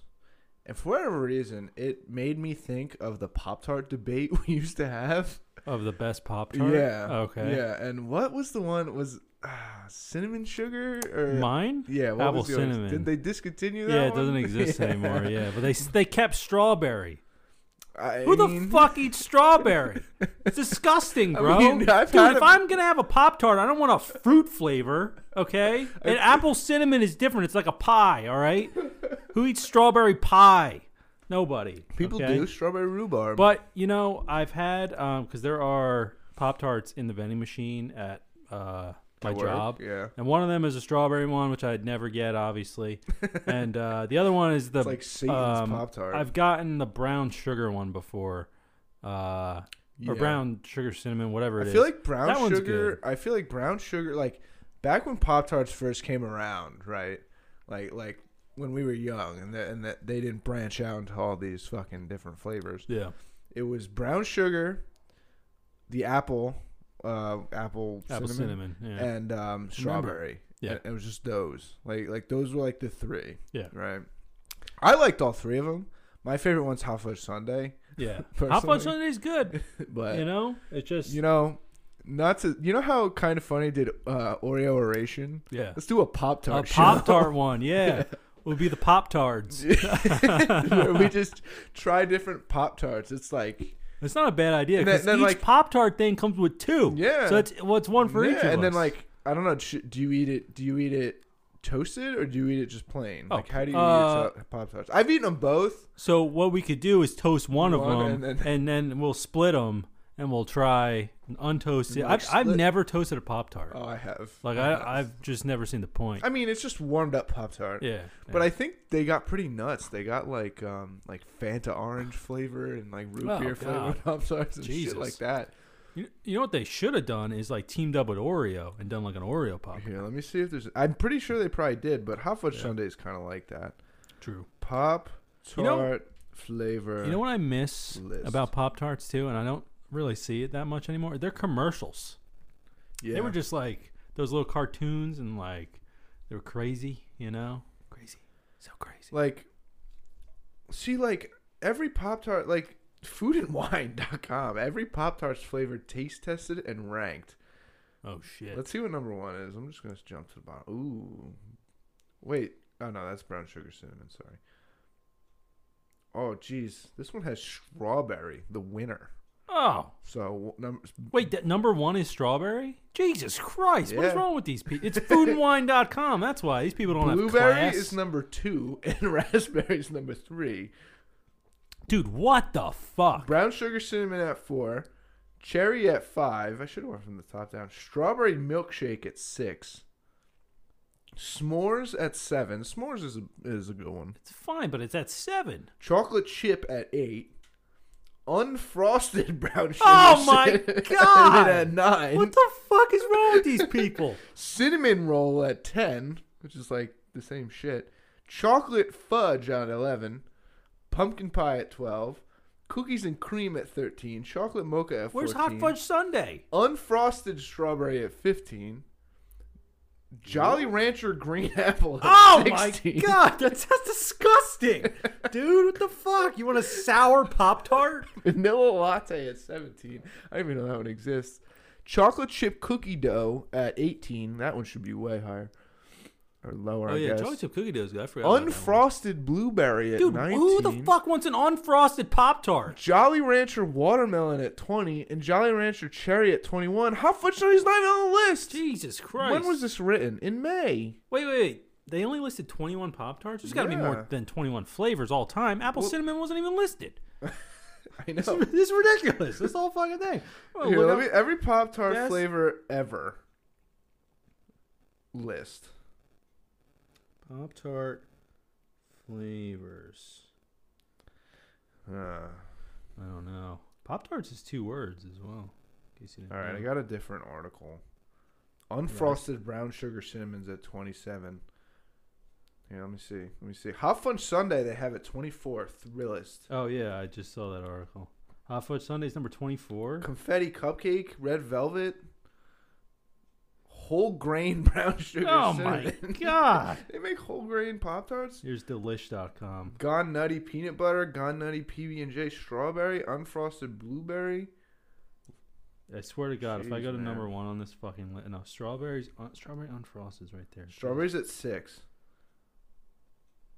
Speaker 1: And for whatever reason, it made me think of the Pop Tart debate we used to have.
Speaker 2: Of the best Pop Tart? Oh,
Speaker 1: Yeah.
Speaker 2: Okay.
Speaker 1: Yeah. And what was the one? Was uh, cinnamon sugar or
Speaker 2: Mine?
Speaker 1: Yeah, what
Speaker 2: Apple
Speaker 1: was the other-
Speaker 2: cinnamon.
Speaker 1: Did they discontinue that?
Speaker 2: Yeah, it
Speaker 1: one?
Speaker 2: doesn't exist
Speaker 1: Yeah.
Speaker 2: anymore. Yeah, but they s- they kept strawberry.
Speaker 1: I
Speaker 2: Who the
Speaker 1: mean,
Speaker 2: fuck eats strawberry? It's disgusting,
Speaker 1: I
Speaker 2: bro.
Speaker 1: mean, I've
Speaker 2: Dude,
Speaker 1: had
Speaker 2: if
Speaker 1: a-
Speaker 2: I'm gonna have a Pop Tart, I don't want a fruit flavor. Okay, and apple cinnamon is different. It's like a pie. All right, who eats strawberry pie? Nobody.
Speaker 1: People
Speaker 2: okay?
Speaker 1: do strawberry rhubarb.
Speaker 2: But you know, I've had because there are Pop Tarts in the vending machine at uh, my
Speaker 1: At work,
Speaker 2: job.
Speaker 1: Yeah.
Speaker 2: And one of them is a strawberry one, which I'd never get, obviously. and uh, the other one is the
Speaker 1: It's like Satan's
Speaker 2: um,
Speaker 1: Pop-Tart.
Speaker 2: I've gotten the brown sugar one before, uh,
Speaker 1: Yeah.
Speaker 2: or brown sugar cinnamon, whatever
Speaker 1: I
Speaker 2: it is.
Speaker 1: feel like brown
Speaker 2: That one's
Speaker 1: sugar. I feel like brown sugar. Like back when Pop Tarts first came around, right? Like like when we were young, and that and that they didn't branch out into all these fucking different flavors.
Speaker 2: yeah,
Speaker 1: It was brown sugar, the apple, uh, apple,
Speaker 2: apple cinnamon. Yeah,
Speaker 1: and um, strawberry.
Speaker 2: Yeah.
Speaker 1: And it was just those. Like like those were like the three.
Speaker 2: Yeah.
Speaker 1: Right. I liked all three of them. My favorite one's hot fudge sundae,
Speaker 2: yeah. Hot
Speaker 1: personally.
Speaker 2: fudge sundae is good.
Speaker 1: but
Speaker 2: You know, it just
Speaker 1: you know, not to you know how kind of funny did uh, Oreo oration?
Speaker 2: yeah.
Speaker 1: Let's do a Pop
Speaker 2: A
Speaker 1: Tart.
Speaker 2: pop tart one, yeah. Would be the pop tarts.
Speaker 1: where we just try different Pop Tarts. It's like
Speaker 2: It's not a bad idea
Speaker 1: And then-
Speaker 2: because each
Speaker 1: then, like-
Speaker 2: pop tart thing comes with two.
Speaker 1: Yeah.
Speaker 2: so it's well, it's one for
Speaker 1: yeah,
Speaker 2: each. Of
Speaker 1: and then
Speaker 2: us.
Speaker 1: like I don't know. sh- Do you eat it? Do you eat it toasted or do you eat it just plain?
Speaker 2: Oh,
Speaker 1: like how do you
Speaker 2: uh,
Speaker 1: eat your Pop Tarts? I've eaten them both.
Speaker 2: So what we could do is toast one of
Speaker 1: One
Speaker 2: them, and
Speaker 1: and
Speaker 2: then,
Speaker 1: then-
Speaker 2: we'll split them, and we'll try an untoasted.
Speaker 1: Like
Speaker 2: I've, I've
Speaker 1: split-
Speaker 2: never toasted a pop tart.
Speaker 1: Oh, I have.
Speaker 2: like I, I've just never seen the point.
Speaker 1: I mean, it's just warmed up Pop Tart.
Speaker 2: yeah,
Speaker 1: But I think they got pretty nuts. They got like um like Fanta orange flavor and like root
Speaker 2: Oh,
Speaker 1: beer flavor
Speaker 2: God.
Speaker 1: pop tarts and
Speaker 2: Jesus.
Speaker 1: shit like that.
Speaker 2: you, you know what they should have done is like teamed up with Oreo and done like an Oreo pop.
Speaker 1: Here, let me see if there's. I'm pretty sure they probably did, but hot fudge
Speaker 2: Yeah.
Speaker 1: sundae is kind of like that.
Speaker 2: True.
Speaker 1: Pop
Speaker 2: You
Speaker 1: tart
Speaker 2: know-
Speaker 1: flavor.
Speaker 2: You know what I miss
Speaker 1: List.
Speaker 2: about pop tarts too, and I don't really see it that much anymore. They're commercials.
Speaker 1: Yeah.
Speaker 2: They were just like those little cartoons, and like they were crazy. You know, crazy, so crazy.
Speaker 1: like see like every pop tart like foodandwine.com every pop tart's flavor taste tested and ranked
Speaker 2: Oh shit.
Speaker 1: Let's see what number one is. I'm just gonna jump to the bottom. Ooh, wait. Oh no, that's brown sugar cinnamon. Sorry. Oh geez, this one has strawberry, the winner.
Speaker 2: Oh.
Speaker 1: So number.
Speaker 2: Wait, that number one is strawberry? Jesus Christ, what is
Speaker 1: Yeah.
Speaker 2: wrong with these people? It's foodandwine.com. That's why these people don't have
Speaker 1: Blueberry
Speaker 2: class.
Speaker 1: is number two and raspberry is number three.
Speaker 2: Dude, what the fuck?
Speaker 1: Brown sugar cinnamon at four, cherry at five. I should have went from the top down. Strawberry milkshake at six, s'mores at seven. S'mores is a, is a good one.
Speaker 2: It's fine, but it's at seven.
Speaker 1: chocolate chip at eight, unfrosted brown sugar.
Speaker 2: Oh my
Speaker 1: cinnamon
Speaker 2: God!
Speaker 1: at nine,
Speaker 2: What the fuck is wrong with these people?
Speaker 1: cinnamon roll at ten, which is like the same shit. Chocolate fudge at eleven, pumpkin pie at twelve, cookies and cream at thirteen, chocolate mocha at
Speaker 2: Where's hot
Speaker 1: fourteen,
Speaker 2: fudge Sunday?
Speaker 1: unfrosted strawberry at fifteen. Jolly Rancher green apple. At
Speaker 2: Oh
Speaker 1: 16.
Speaker 2: my god, that's, that's disgusting. Dude, what the fuck? You want a sour Pop Tart?
Speaker 1: vanilla latte at 17. I don't even know that one exists. Chocolate chip cookie dough at 18. That one should be way higher. or lower.
Speaker 2: Oh
Speaker 1: I
Speaker 2: yeah,
Speaker 1: guess.
Speaker 2: chocolate chip cookie doughs. I forgot. about that one.
Speaker 1: Unfrosted blueberry at
Speaker 2: Dude,
Speaker 1: 19.
Speaker 2: who the fuck wants an unfrosted Pop Tart?
Speaker 1: Jolly Rancher watermelon at 20 and Jolly Rancher cherry at 21. How Fudge-Nutty's not even on the list?
Speaker 2: Jesus Christ.
Speaker 1: When was this written? In May.
Speaker 2: Wait, wait, wait. They only listed 21 Pop Tarts? There's got to be
Speaker 1: Yeah.
Speaker 2: more than 21 flavors all time. Apple
Speaker 1: Well-
Speaker 2: cinnamon wasn't even listed.
Speaker 1: I know.
Speaker 2: This is ridiculous. This whole fucking thing. Oh, Well,
Speaker 1: Here,
Speaker 2: look
Speaker 1: let
Speaker 2: up-
Speaker 1: me, every Pop Tart
Speaker 2: Yes.
Speaker 1: flavor ever list.
Speaker 2: Pop Tart flavors.
Speaker 1: Uh,
Speaker 2: I don't know. Pop Tarts is two words as well. In case you didn't
Speaker 1: all right,
Speaker 2: know.
Speaker 1: I got a different article. Unfrosted brown sugar cinnamons at 27. Here, let me see. Let me see. Hot Fudge Sunday they have at 24th list.
Speaker 2: Oh yeah, I just saw that article. Hot Fudge Sunday's number 24.
Speaker 1: Confetti cupcake, red velvet, whole grain brown sugar
Speaker 2: Oh my
Speaker 1: cinnamon.
Speaker 2: god.
Speaker 1: They make whole grain Pop Tarts?
Speaker 2: Here's delish.com.
Speaker 1: Gone Nutty peanut butter, Gone Nutty PB and J strawberry, unfrosted blueberry.
Speaker 2: I swear to God, if I
Speaker 1: Jeez,
Speaker 2: go to
Speaker 1: man.
Speaker 2: number one on this fucking list, no strawberries, un- strawberry unfrosted right there.
Speaker 1: Strawberries at six.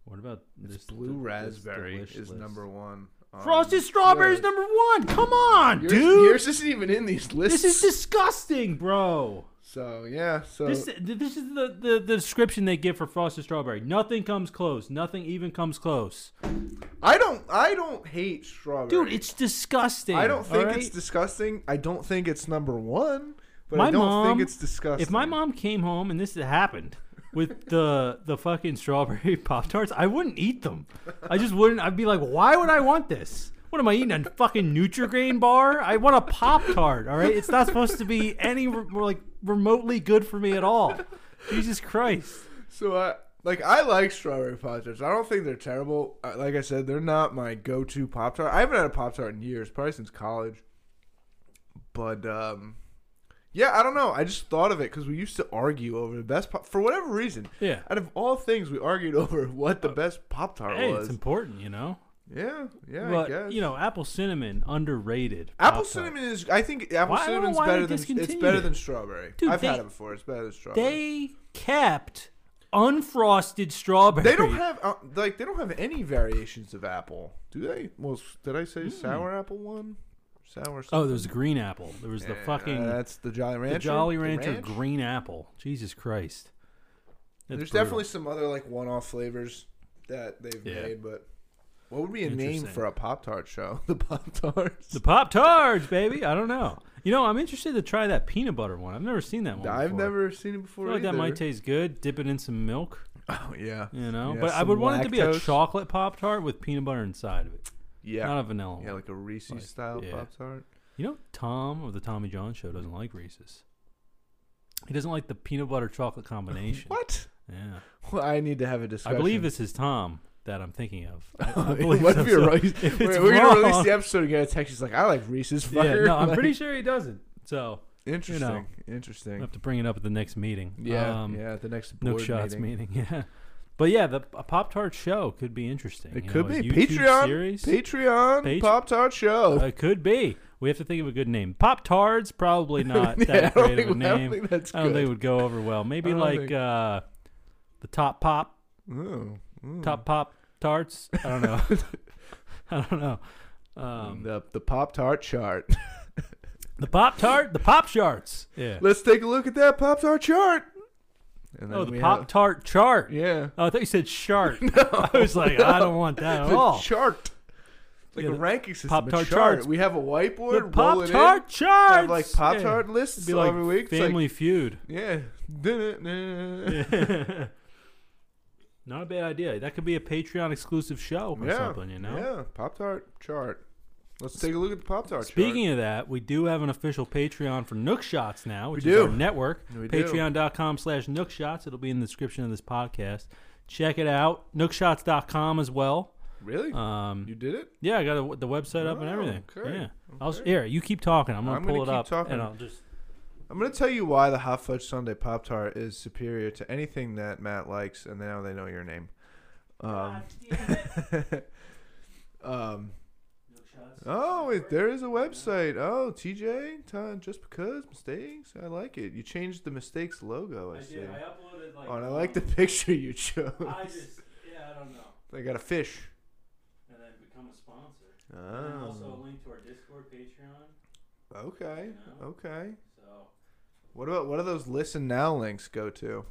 Speaker 2: What about
Speaker 1: It's
Speaker 2: this
Speaker 1: blue
Speaker 2: th- this
Speaker 1: raspberry
Speaker 2: delish
Speaker 1: is
Speaker 2: list?
Speaker 1: number one. on
Speaker 2: Um, Frosted
Speaker 1: the
Speaker 2: strawberries
Speaker 1: list.
Speaker 2: number one. Come on,
Speaker 1: Yours-
Speaker 2: dude.
Speaker 1: Yours isn't even in these lists.
Speaker 2: This is disgusting, bro.
Speaker 1: so yeah. So
Speaker 2: This th- this is the, the, the description they give for frosted strawberry. Nothing comes close. Nothing even comes close.
Speaker 1: I don't. I don't hate strawberry.
Speaker 2: Dude, it's disgusting.
Speaker 1: I don't think
Speaker 2: all
Speaker 1: it's
Speaker 2: right?
Speaker 1: disgusting. I don't think it's number one. But
Speaker 2: My
Speaker 1: I don't
Speaker 2: mom-
Speaker 1: think it's disgusting.
Speaker 2: If my mom came home and this happened with the the fucking strawberry pop tarts, I wouldn't eat them. I just wouldn't. I'd be like, why would I want this? What am I eating? A fucking Nutrigrain bar? I want a pop tart. All right, it's not supposed to be any re- like remotely good for me at all. Jesus Christ.
Speaker 1: So I like I like strawberry pop tarts. I don't think they're terrible. Uh, Like I said, they're not my go-to pop tart. I haven't had a pop tart in years, probably since college. But um, yeah, I don't know. I just thought of it because we used to argue over the best pop for whatever reason.
Speaker 2: Yeah. Uh,
Speaker 1: Out of all things, we argued over what the best pop tart
Speaker 2: Hey, it's
Speaker 1: was.
Speaker 2: important, you know.
Speaker 1: yeah, yeah, I
Speaker 2: But
Speaker 1: guess.
Speaker 2: you know, apple cinnamon underrated.
Speaker 1: Apple
Speaker 2: Pop-Tart.
Speaker 1: cinnamon is. I think apple
Speaker 2: Why- I don't know
Speaker 1: cinnamon's
Speaker 2: why they
Speaker 1: better than it's
Speaker 2: discontinued
Speaker 1: better
Speaker 2: it.
Speaker 1: than strawberry.
Speaker 2: Dude,
Speaker 1: I've
Speaker 2: they-
Speaker 1: had it before. It's better than strawberry.
Speaker 2: They kept unfrosted strawberry.
Speaker 1: They don't have uh, like they don't have any variations of apple, do they? Well, s- did I say sour apple one? Sour.
Speaker 2: Hmm. Oh,
Speaker 1: Something?
Speaker 2: there was green apple. There was the
Speaker 1: Yeah,
Speaker 2: fucking
Speaker 1: that's the Jolly Rancher.
Speaker 2: the Jolly
Speaker 1: the
Speaker 2: Rancher
Speaker 1: ranch.
Speaker 2: green apple. Jesus Christ. That's
Speaker 1: There's
Speaker 2: brutal.
Speaker 1: definitely some other like one-off flavors that they've
Speaker 2: Yeah.
Speaker 1: made, but what would be a name
Speaker 2: Interesting.
Speaker 1: for a Pop Tart show? The Pop Tarts.
Speaker 2: the Pop Tarts, baby. I don't know. You know, I'm interested to try that peanut butter one. I've never seen that one.
Speaker 1: I've
Speaker 2: before.
Speaker 1: never seen it
Speaker 2: I
Speaker 1: before.
Speaker 2: feel like that
Speaker 1: either.
Speaker 2: might taste good. Dip it in some milk,
Speaker 1: Oh yeah.
Speaker 2: you know.
Speaker 1: Yeah,
Speaker 2: but I
Speaker 1: some
Speaker 2: would want it to be a
Speaker 1: lactose.
Speaker 2: chocolate Pop Tart with peanut butter inside of it,
Speaker 1: Yeah.
Speaker 2: not a vanilla
Speaker 1: yeah,
Speaker 2: one.
Speaker 1: like a Reese's
Speaker 2: Like,
Speaker 1: style
Speaker 2: yeah.
Speaker 1: Pop Tart.
Speaker 2: You know, Tom of the Tommy John Show doesn't like Reese's. He doesn't like the peanut butter chocolate combination.
Speaker 1: What?
Speaker 2: Yeah.
Speaker 1: Well, I need to have a
Speaker 2: I
Speaker 1: discussion.
Speaker 2: believe this is Tom that I'm thinking of. I, I believe
Speaker 1: what
Speaker 2: so.
Speaker 1: if you're
Speaker 2: So
Speaker 1: right?
Speaker 2: if it's
Speaker 1: We're, we're gonna release
Speaker 2: wrong-
Speaker 1: the episode again. Text. She's like, I like Reese's.
Speaker 2: Yeah,
Speaker 1: Fucker.
Speaker 2: no, I'm
Speaker 1: Like,
Speaker 2: pretty sure he doesn't. So
Speaker 1: interesting.
Speaker 2: know. we'll
Speaker 1: Interesting.
Speaker 2: have to bring it up at the next meeting.
Speaker 1: Yeah, yeah. The next
Speaker 2: Nook
Speaker 1: board
Speaker 2: Shots
Speaker 1: meeting.
Speaker 2: meeting. Yeah. But yeah, the a Pop Tart show could be interesting.
Speaker 1: It
Speaker 2: you
Speaker 1: could
Speaker 2: know, a
Speaker 1: be
Speaker 2: YouTube
Speaker 1: Patreon.
Speaker 2: series.
Speaker 1: Patreon
Speaker 2: Patre-
Speaker 1: Pop Tart Show.
Speaker 2: It could be. We have to think of a good name. Pop Tards probably not
Speaker 1: Yeah, I
Speaker 2: that
Speaker 1: don't
Speaker 2: great of a
Speaker 1: think- I don't
Speaker 2: name.
Speaker 1: think that's
Speaker 2: I don't think
Speaker 1: good.
Speaker 2: it would go over well. Maybe
Speaker 1: I don't
Speaker 2: like
Speaker 1: think-
Speaker 2: uh, the Top Pop,
Speaker 1: Ooh, ooh.
Speaker 2: Top Pop Tarts. I don't know. I don't know. Um,
Speaker 1: the the Pop Tart chart.
Speaker 2: the Pop Tart, the Pop Sharts. Oh, Yeah.
Speaker 1: Let's take a look at that Pop Tart chart. And
Speaker 2: Oh,
Speaker 1: then
Speaker 2: the
Speaker 1: we
Speaker 2: Pop Tart chart.
Speaker 1: have- yeah.
Speaker 2: Oh, I thought you said chart. I was like, I don't want that at
Speaker 1: The
Speaker 2: all.
Speaker 1: chart. It's Like
Speaker 2: Oh. Yeah,
Speaker 1: a
Speaker 2: the
Speaker 1: ranking system.
Speaker 2: Pop
Speaker 1: a
Speaker 2: Tart
Speaker 1: chart.
Speaker 2: charts.
Speaker 1: We have a
Speaker 2: The
Speaker 1: whiteboard. roll
Speaker 2: Pop
Speaker 1: it in,
Speaker 2: Tart charts.
Speaker 1: Have like Pop Tart
Speaker 2: Yeah.
Speaker 1: lists
Speaker 2: Be like
Speaker 1: every week. It's
Speaker 2: Family Feud.
Speaker 1: Like, yeah. Yeah.
Speaker 2: Not a bad idea. That could be a Patreon exclusive show or something, you know.
Speaker 1: Yeah. Pop Tart chart. Let's take a look at the Pop Tart chart.
Speaker 2: Speaking of that, we do have an official Patreon for Nook Shots now, which
Speaker 1: We
Speaker 2: is
Speaker 1: do.
Speaker 2: our network.
Speaker 1: We do.
Speaker 2: Patreon.com slash Nook Shots. It'll be in the description of this podcast. Check it out. Nookshots.com as well.
Speaker 1: really,
Speaker 2: Um,
Speaker 1: you did it.
Speaker 2: Yeah, I got a, the website up and
Speaker 1: Oh,
Speaker 2: everything.
Speaker 1: okay,
Speaker 2: Yeah. I'll,
Speaker 1: okay.
Speaker 2: here, you keep talking. I'm gonna
Speaker 1: I'm
Speaker 2: pull
Speaker 1: gonna
Speaker 2: it
Speaker 1: keep
Speaker 2: up
Speaker 1: talking.
Speaker 2: and I'll just.
Speaker 1: I'm gonna tell you why the hot fudge sundae pop tart is superior to anything that Matt likes, and now they know your
Speaker 2: Um,
Speaker 1: name. Um, um, Oh, it, there is a website. Oh, TJ, time just because mistakes. I like it. You changed the mistakes logo. I, see.
Speaker 2: uploaded like.
Speaker 1: oh, and I like the picture you chose.
Speaker 2: just yeah, I don't know.
Speaker 1: they got a fish.
Speaker 2: And then become a sponsor.
Speaker 1: Oh.
Speaker 2: link to our Discord, Patreon.
Speaker 1: Okay. Okay.
Speaker 2: So
Speaker 1: What about what do those listen now links go to?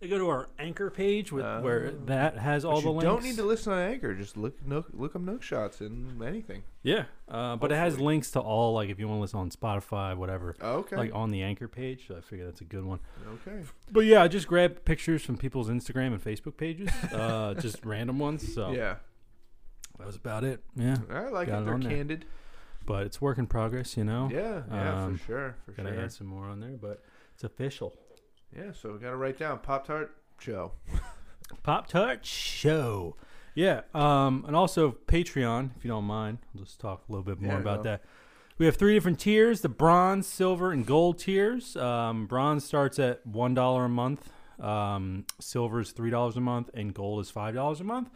Speaker 2: they go to our anchor page with
Speaker 1: Uh,
Speaker 2: where that has all
Speaker 1: But
Speaker 2: the
Speaker 1: you
Speaker 2: links.
Speaker 1: don't need to listen on Anchor. Just look no, look up Nook Shots and anything.
Speaker 2: Yeah, uh, but it has
Speaker 1: Hopefully.
Speaker 2: links to all like if you want to listen on Spotify, whatever.
Speaker 1: Okay.
Speaker 2: Like on the anchor page, so I figure that's a good one.
Speaker 1: okay.
Speaker 2: But yeah, I just grab pictures from people's Instagram and Facebook pages, uh, just random ones. So
Speaker 1: Yeah.
Speaker 2: that was about it. Yeah,
Speaker 1: I like
Speaker 2: Got
Speaker 1: it.
Speaker 2: it
Speaker 1: They're
Speaker 2: on there.
Speaker 1: candid.
Speaker 2: but it's work in progress, you know.
Speaker 1: Yeah. Yeah.
Speaker 2: Um,
Speaker 1: for sure. For
Speaker 2: Gotta
Speaker 1: sure.
Speaker 2: add some more on there, but it's official.
Speaker 1: Yeah. So we gotta write down Pop Tart Joe.
Speaker 2: Pop Tart Show. Yeah, um, and also Patreon, if you don't mind. I'll just talk a little bit more
Speaker 1: Yeah,
Speaker 2: about
Speaker 1: no.
Speaker 2: that. We have three different tiers: the bronze, silver, and gold tiers. Um, bronze starts at one dollar a month. Um, silver is three dollars a month, and gold is five dollars a month.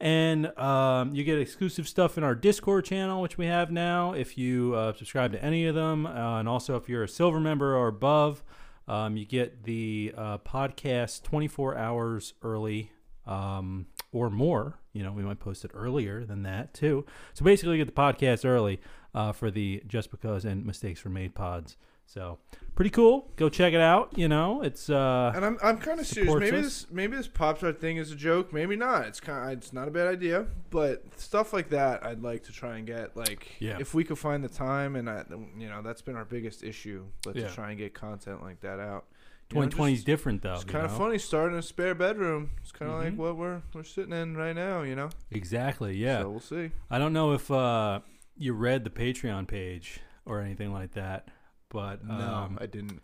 Speaker 2: And um, you get exclusive stuff in our Discord channel, which we have now. If you uh, subscribe to any of them, uh, and also if you're a silver member or above, um, you get the uh, podcast 24 hours early um, or more. You know, we might post it earlier than that too. So basically, you get the podcast early uh, for the Just Because and Mistakes Were Made pods. So pretty cool. Go check it out. You know, it's uh,
Speaker 1: And I'm, I'm kind of serious.
Speaker 2: supports
Speaker 1: Maybe
Speaker 2: us.
Speaker 1: this maybe this Pop Tart thing is a joke. Maybe not. It's kind it's not a bad idea. But stuff like that, I'd like to try and get like
Speaker 2: Yeah.
Speaker 1: if we could find the time and I, you know that's been our biggest issue. But
Speaker 2: Yeah.
Speaker 1: to try and get content like that out. You know,
Speaker 2: 2020 is
Speaker 1: just-
Speaker 2: different though.
Speaker 1: It's
Speaker 2: you
Speaker 1: kind of
Speaker 2: know?
Speaker 1: funny starting a spare bedroom. It's kind of
Speaker 2: Mhm.
Speaker 1: like what we're we're sitting in right now. You know.
Speaker 2: Exactly. Yeah.
Speaker 1: So we'll see.
Speaker 2: I don't know if uh, you read the Patreon page or anything like that, but um,
Speaker 1: I didn't.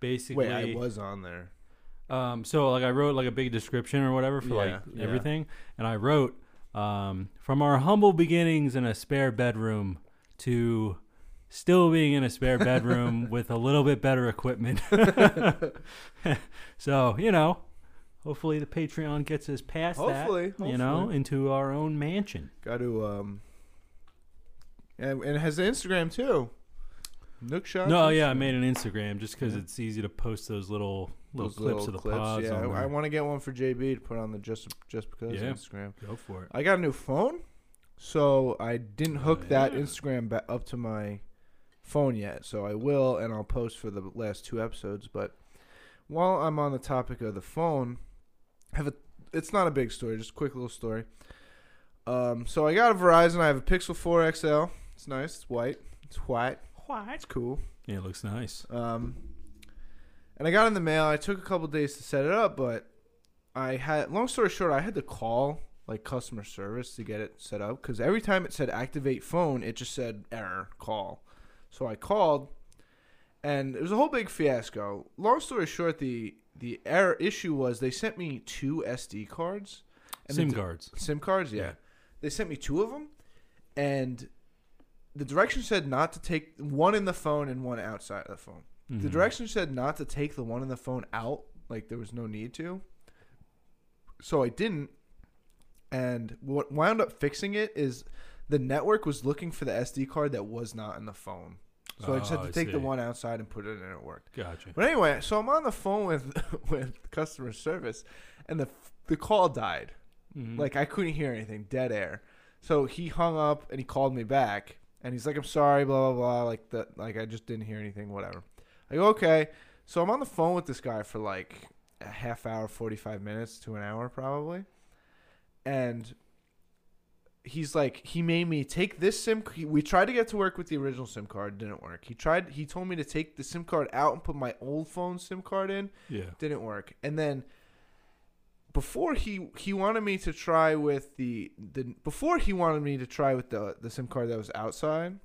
Speaker 2: basically,
Speaker 1: Wait, I was on there.
Speaker 2: um, so like I wrote like a big description or whatever for like
Speaker 1: Yeah, yeah.
Speaker 2: everything, and I wrote um, from our humble beginnings in a spare bedroom to still being in a spare bedroom with a little bit better equipment. so you know, hopefully the Patreon gets us past
Speaker 1: Hopefully,
Speaker 2: that, you know,
Speaker 1: hopefully.
Speaker 2: into our own mansion.
Speaker 1: Got to um. And, and it has Instagram too. Nook shots.
Speaker 2: No,
Speaker 1: Instagram.
Speaker 2: yeah, I made an Instagram just because
Speaker 1: Yeah.
Speaker 2: it's easy to post those little little
Speaker 1: Those
Speaker 2: clips of the pods.
Speaker 1: Yeah,
Speaker 2: on
Speaker 1: I,
Speaker 2: there.
Speaker 1: want to get one for JB to put on the just just because
Speaker 2: Yeah.
Speaker 1: Instagram.
Speaker 2: go for it.
Speaker 1: I got a new phone, so I didn't hook
Speaker 2: Oh,
Speaker 1: that
Speaker 2: yeah.
Speaker 1: Instagram ba- up to my phone yet. So I will, and I'll post for the last two episodes. But while I'm on the topic of the phone, I have a it's not a big story, just a quick little story. Um, so I got a Verizon. I have a Pixel 4 XL. It's nice. It's white. It's white.
Speaker 2: What?
Speaker 1: It's cool.
Speaker 2: Yeah, it looks nice.
Speaker 1: Um, and I got in the mail. I took a couple days to set it up, but I had. Long story short, I had to call like customer service to get it set up because every time it said activate phone, it just said error call. So I called, and it was a whole big fiasco. Long story short, the the error issue was they sent me two SD cards. And the
Speaker 2: SIM
Speaker 1: di-
Speaker 2: cards.
Speaker 1: SIM cards, yeah.
Speaker 2: Yeah.
Speaker 1: They sent me two of them, and the direction said not to take one in the phone and one outside of the phone. The
Speaker 2: Mhm.
Speaker 1: direction said not to take the one in the phone out, like there was no need to. So I didn't, and what wound up fixing it is the network was looking for the SD card that was not in the phone. So I just had
Speaker 2: Oh,
Speaker 1: to
Speaker 2: I
Speaker 1: take the
Speaker 2: see.
Speaker 1: one outside and put it in, and it worked.
Speaker 2: Gotcha.
Speaker 1: But anyway, so I'm on the phone with with customer service, and the the call died.
Speaker 2: Mhm.
Speaker 1: Like I couldn't hear anything, dead air. So he hung up and he called me back and he's like, "I'm sorry, blah blah blah." Like the like I just didn't hear anything, whatever. I go, "Okay." So I'm on the phone with this guy for like a half hour, forty five minutes to an hour probably, and he's like, he made me take this sim. He, we tried to get to work with the original sim card, didn't work. He tried. He told me to take the sim card out and put my old phone sim card in
Speaker 2: yeah.
Speaker 1: didn't work. And then before he he wanted me to try with the the before he wanted me to try with the the SIM card that was outside,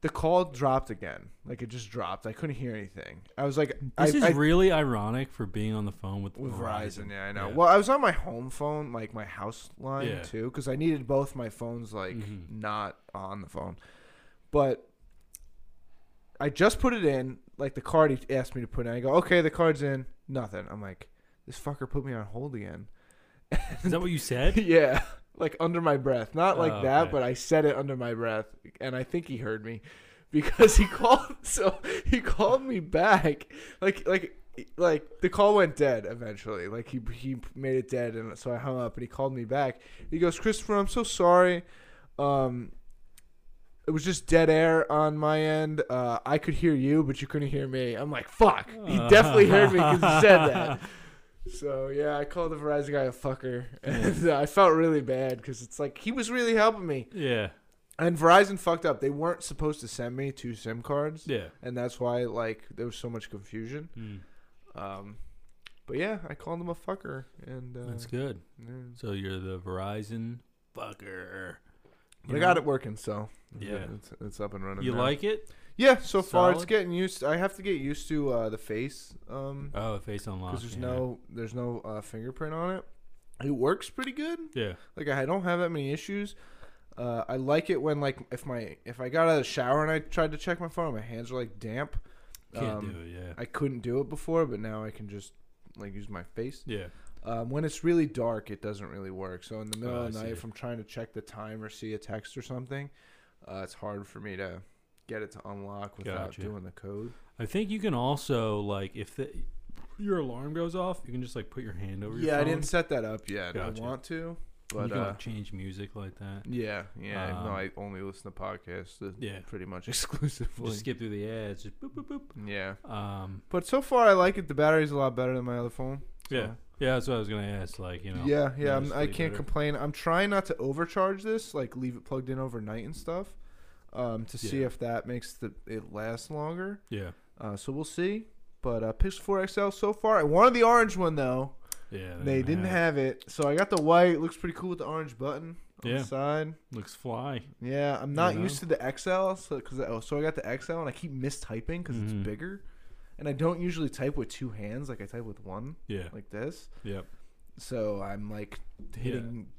Speaker 1: the call dropped again. Like it just dropped. I couldn't hear anything. I was like, I,
Speaker 2: This is
Speaker 1: I-
Speaker 2: really ironic for being on the phone with,
Speaker 1: with Verizon. Yeah, I know.
Speaker 2: Yeah.
Speaker 1: Well, I was on my home phone, like my house line
Speaker 2: Yeah.
Speaker 1: too, because I needed both my phones, like
Speaker 2: Mhm.
Speaker 1: not on the phone. But I just put it in, like the card he asked me to put in. I go, okay, the card's in. Nothing. I'm like, this fucker put me on hold again.
Speaker 2: Is that what you said?
Speaker 1: yeah. like under my breath. Not like
Speaker 2: Oh,
Speaker 1: that,
Speaker 2: okay.
Speaker 1: but I said it under my breath, and I think he heard me because he called. So he called me back, like like like the call went dead eventually. Like he he made it dead, and so I hung up, and he called me back. He goes, Christopher, I'm so sorry. Um, it was just dead air on my end. Uh, I could hear you, but you couldn't hear me. I'm like, fuck. He
Speaker 2: Uh-huh.
Speaker 1: definitely heard me because he said that. So yeah, I called the Verizon guy a fucker, and uh, I felt really bad because it's like he was really helping me.
Speaker 2: Yeah,
Speaker 1: And Verizon fucked up; they weren't supposed to send me two SIM cards,
Speaker 2: yeah. Mm,
Speaker 1: and that's why like there was so much confusion. Um, but yeah, I called him a fucker, and uh,
Speaker 2: That's good.
Speaker 1: yeah.
Speaker 2: So you're the Verizon fucker.
Speaker 1: But
Speaker 2: You
Speaker 1: I got
Speaker 2: know?
Speaker 1: it working, so
Speaker 2: Yeah.
Speaker 1: it's, it's up and running.
Speaker 2: You
Speaker 1: now.
Speaker 2: like it?
Speaker 1: Yeah, so far it's
Speaker 2: Solid?
Speaker 1: getting used. I have to get used to uh, the face, um,
Speaker 2: Oh, face unlocked.
Speaker 1: because there's
Speaker 2: yeah.
Speaker 1: no there's no uh, fingerprint on it. It works pretty good.
Speaker 2: Yeah.
Speaker 1: Like I don't have that many issues. Uh, I like it when like if my if I got out of the shower and I tried to check my phone, my hands are like damp.
Speaker 2: Can't
Speaker 1: Um,
Speaker 2: do it. Yeah.
Speaker 1: I couldn't do it before, but now I can just like use my face.
Speaker 2: yeah.
Speaker 1: Um, when it's really dark, it doesn't really work. So in the middle
Speaker 2: Oh, I
Speaker 1: of the night,
Speaker 2: see.
Speaker 1: if I'm trying to check the time or see a text or something, uh, it's hard for me to get it to unlock without
Speaker 2: Gotcha.
Speaker 1: doing the code.
Speaker 2: I think you can also like if the your alarm goes off, you can just like put your hand over. your
Speaker 1: Yeah, I
Speaker 2: phone.
Speaker 1: didn't set that up yet.
Speaker 2: Gotcha.
Speaker 1: I want to,
Speaker 2: you
Speaker 1: but
Speaker 2: can
Speaker 1: uh,
Speaker 2: like, change music like that.
Speaker 1: yeah, yeah. no,
Speaker 2: Um,
Speaker 1: I only listen to podcasts uh,
Speaker 2: Yeah.
Speaker 1: pretty much exclusively.
Speaker 2: Just skip through the ads. Just boop boop boop.
Speaker 1: yeah.
Speaker 2: Um.
Speaker 1: But so far, I like it. The battery's a lot better than my other phone. so-
Speaker 2: Yeah. Yeah. That's what I was gonna ask. Like you know.
Speaker 1: yeah, yeah.
Speaker 2: it's
Speaker 1: I'm, I
Speaker 2: pretty
Speaker 1: can't
Speaker 2: better.
Speaker 1: complain. I'm trying not to overcharge this, like leave it plugged in overnight and stuff, um, to see
Speaker 2: Yeah.
Speaker 1: if that makes the it last longer.
Speaker 2: Yeah.
Speaker 1: Uh, so we'll see. But uh, Pixel 4 XL so far. I wanted the orange one though.
Speaker 2: Yeah.
Speaker 1: they didn't have it, so I got the white. Looks pretty cool with the orange button on
Speaker 2: Yeah.
Speaker 1: the side.
Speaker 2: Looks fly.
Speaker 1: Yeah, I'm not
Speaker 2: You know?
Speaker 1: used to the XL, so cause I, oh, so I got the XL and I keep mistyping because
Speaker 2: Mhm.
Speaker 1: it's bigger, and I don't usually type with two hands like I type with one
Speaker 2: Yeah.
Speaker 1: like this.
Speaker 2: Yep.
Speaker 1: So I'm like hitting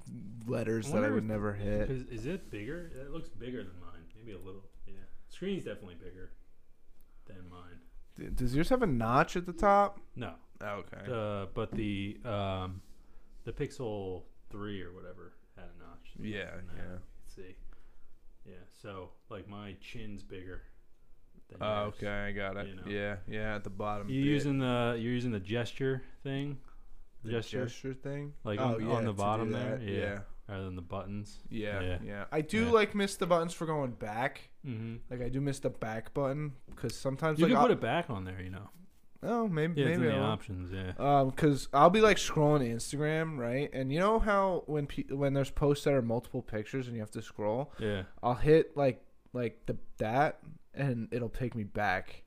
Speaker 1: letters
Speaker 2: I
Speaker 1: that I
Speaker 2: wonder
Speaker 1: would
Speaker 2: if-
Speaker 1: never hit.
Speaker 2: Is, is it bigger? It looks bigger than mine. Maybe a little. Yeah. Screen's definitely bigger than mine.
Speaker 1: D- Does yours have a notch at the top?
Speaker 2: No.
Speaker 1: Oh, Okay.
Speaker 2: Uh, but the um, the Pixel three or whatever had a notch.
Speaker 1: Yeah,
Speaker 2: No,
Speaker 1: yeah.
Speaker 2: Let's see. Yeah. So like my chin's bigger. Than
Speaker 1: Oh,
Speaker 2: yours.
Speaker 1: okay, I got it.
Speaker 2: You know.
Speaker 1: Yeah, yeah, at the bottom.
Speaker 2: You
Speaker 1: bit.
Speaker 2: using the you're using the gesture thing,
Speaker 1: the
Speaker 2: gesture?
Speaker 1: thing?
Speaker 2: Like
Speaker 1: Oh,
Speaker 2: on,
Speaker 1: yeah,
Speaker 2: on
Speaker 1: to
Speaker 2: the
Speaker 1: do
Speaker 2: bottom there,
Speaker 1: that.
Speaker 2: yeah.
Speaker 1: yeah.
Speaker 2: rather than the buttons.
Speaker 1: Yeah, yeah,
Speaker 2: Yeah.
Speaker 1: I do
Speaker 2: Yeah.
Speaker 1: like miss the buttons for going back.
Speaker 2: Mm-hmm.
Speaker 1: Like I do miss the back button because sometimes
Speaker 2: You
Speaker 1: like
Speaker 2: can
Speaker 1: I'll-
Speaker 2: put it back on there, you know.
Speaker 1: oh maybe
Speaker 2: Yeah, it's in
Speaker 1: maybe
Speaker 2: the
Speaker 1: I'll,
Speaker 2: options. Yeah.
Speaker 1: um because I'll be like scrolling Instagram right and you know how when pe- when there's posts that are multiple pictures and you have to scroll
Speaker 2: Yeah.
Speaker 1: I'll hit like like the that and it'll take me back.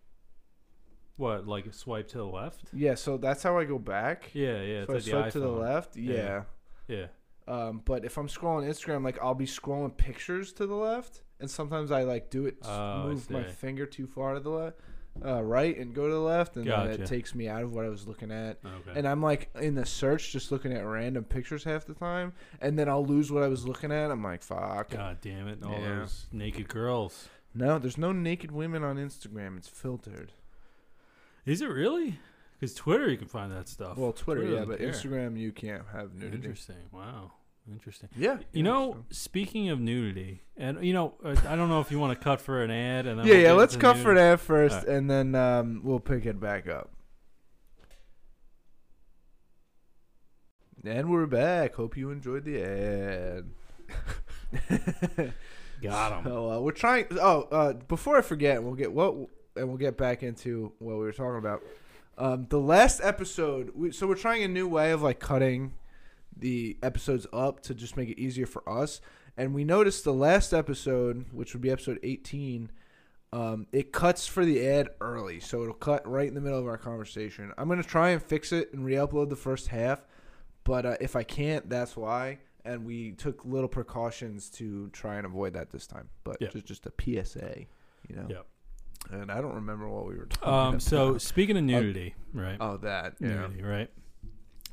Speaker 2: What? Like swipe to the left?
Speaker 1: Yeah, so that's how I go back.
Speaker 2: Yeah, yeah. It's
Speaker 1: so I
Speaker 2: like the
Speaker 1: swipe to the
Speaker 2: iPhone.
Speaker 1: left. Yeah.
Speaker 2: Yeah. Yeah.
Speaker 1: Um, but if I'm scrolling Instagram, like I'll be scrolling pictures to the left, and sometimes I like do it, s-
Speaker 2: Oh, I
Speaker 1: move my
Speaker 2: see.
Speaker 1: finger too far to the left, uh, right, and go to the left, and then
Speaker 2: Gotcha.
Speaker 1: it takes me out of what I was looking at.
Speaker 2: Okay.
Speaker 1: And I'm like in the search, just looking at random pictures half the time, and then I'll lose what I was looking at. I'm like, fuck.
Speaker 2: God damn it! All
Speaker 1: Yeah.
Speaker 2: those naked girls.
Speaker 1: No, there's no naked women on Instagram. It's filtered.
Speaker 2: Is it really? Because Twitter, you can find that stuff.
Speaker 1: Well, Twitter, yeah,
Speaker 2: doesn't
Speaker 1: but
Speaker 2: care.
Speaker 1: Instagram, you can't have nudity.
Speaker 2: Interesting. Wow. Interesting.
Speaker 1: Yeah,
Speaker 2: You know, speaking of nudity, and you know, uh, I don't know if you want to cut for an ad, and then
Speaker 1: yeah,
Speaker 2: we'll
Speaker 1: yeah.
Speaker 2: get
Speaker 1: Let's
Speaker 2: to
Speaker 1: cut
Speaker 2: nudity.
Speaker 1: for that first,
Speaker 2: Alright.
Speaker 1: and then um, we'll pick it back up. And we're back. Hope you enjoyed the ad.
Speaker 2: Got him.
Speaker 1: So, uh, we're trying. Oh, uh, before I forget, we'll get what, and we'll get back into what we were talking about. Um, the last episode. We, so we're trying a new way of like cutting the episodes up to just make it easier for us. And we noticed the last episode, which would be episode eighteen, um, it cuts for the ad early, so it'll cut right in the middle of our conversation. I'm gonna try and fix it and re-upload the first half, but uh, if I can't, that's why. And we took little precautions to try and avoid that this time. But
Speaker 2: Yeah.
Speaker 1: just just a PSA, you know.
Speaker 2: Yeah.
Speaker 1: And I don't remember what we were talking
Speaker 2: Um,
Speaker 1: about.
Speaker 2: so speaking of nudity, right?
Speaker 1: oh, that yeah.
Speaker 2: nudity, right?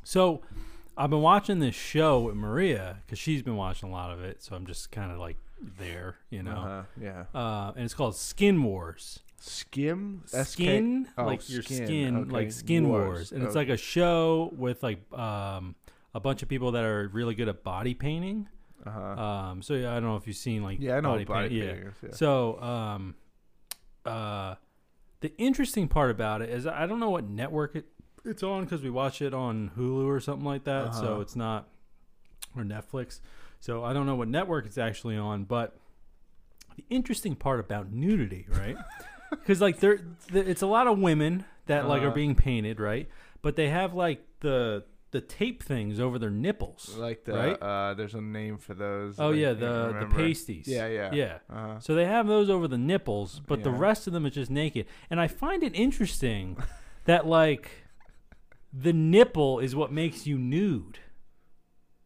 Speaker 2: So I've been watching this show with Maria because she's been watching a lot of it, so I'm just kind of like there, you know.
Speaker 1: Uh-huh, yeah.
Speaker 2: Uh, and it's called Skin Wars.
Speaker 1: Skim SK
Speaker 2: skin,
Speaker 1: oh,
Speaker 2: like your
Speaker 1: skin,
Speaker 2: skin,
Speaker 1: okay.
Speaker 2: like Skin Wars,
Speaker 1: Wars,
Speaker 2: and it's
Speaker 1: okay.
Speaker 2: like a show with like um, a bunch of people that are really good at body painting,
Speaker 1: Uh-huh.
Speaker 2: Um, so yeah, I don't know if you've seen like
Speaker 1: yeah, I know body,
Speaker 2: paint-
Speaker 1: painting is, yeah.
Speaker 2: So, um, uh, the interesting part about it is I don't know what network it, it's on because we watch it on Hulu or something like that. So
Speaker 1: Uh-huh.
Speaker 2: it's not, or Netflix. So I don't know what network it's actually on. But the interesting part about nudity, right? Because like there, th- it's a lot of women that like are
Speaker 1: Uh-huh.
Speaker 2: being painted, right? But they have like the the tape things over their nipples.
Speaker 1: like the
Speaker 2: right?
Speaker 1: uh, there's a name for those.
Speaker 2: Oh
Speaker 1: but Oh, I
Speaker 2: yeah,
Speaker 1: can't
Speaker 2: the the
Speaker 1: remember.
Speaker 2: pasties.
Speaker 1: Yeah, yeah,
Speaker 2: Yeah.
Speaker 1: Uh-huh.
Speaker 2: So they have those over the nipples, but the
Speaker 1: Yeah.
Speaker 2: rest of them is just naked. And I find it interesting that like the nipple is what makes you nude.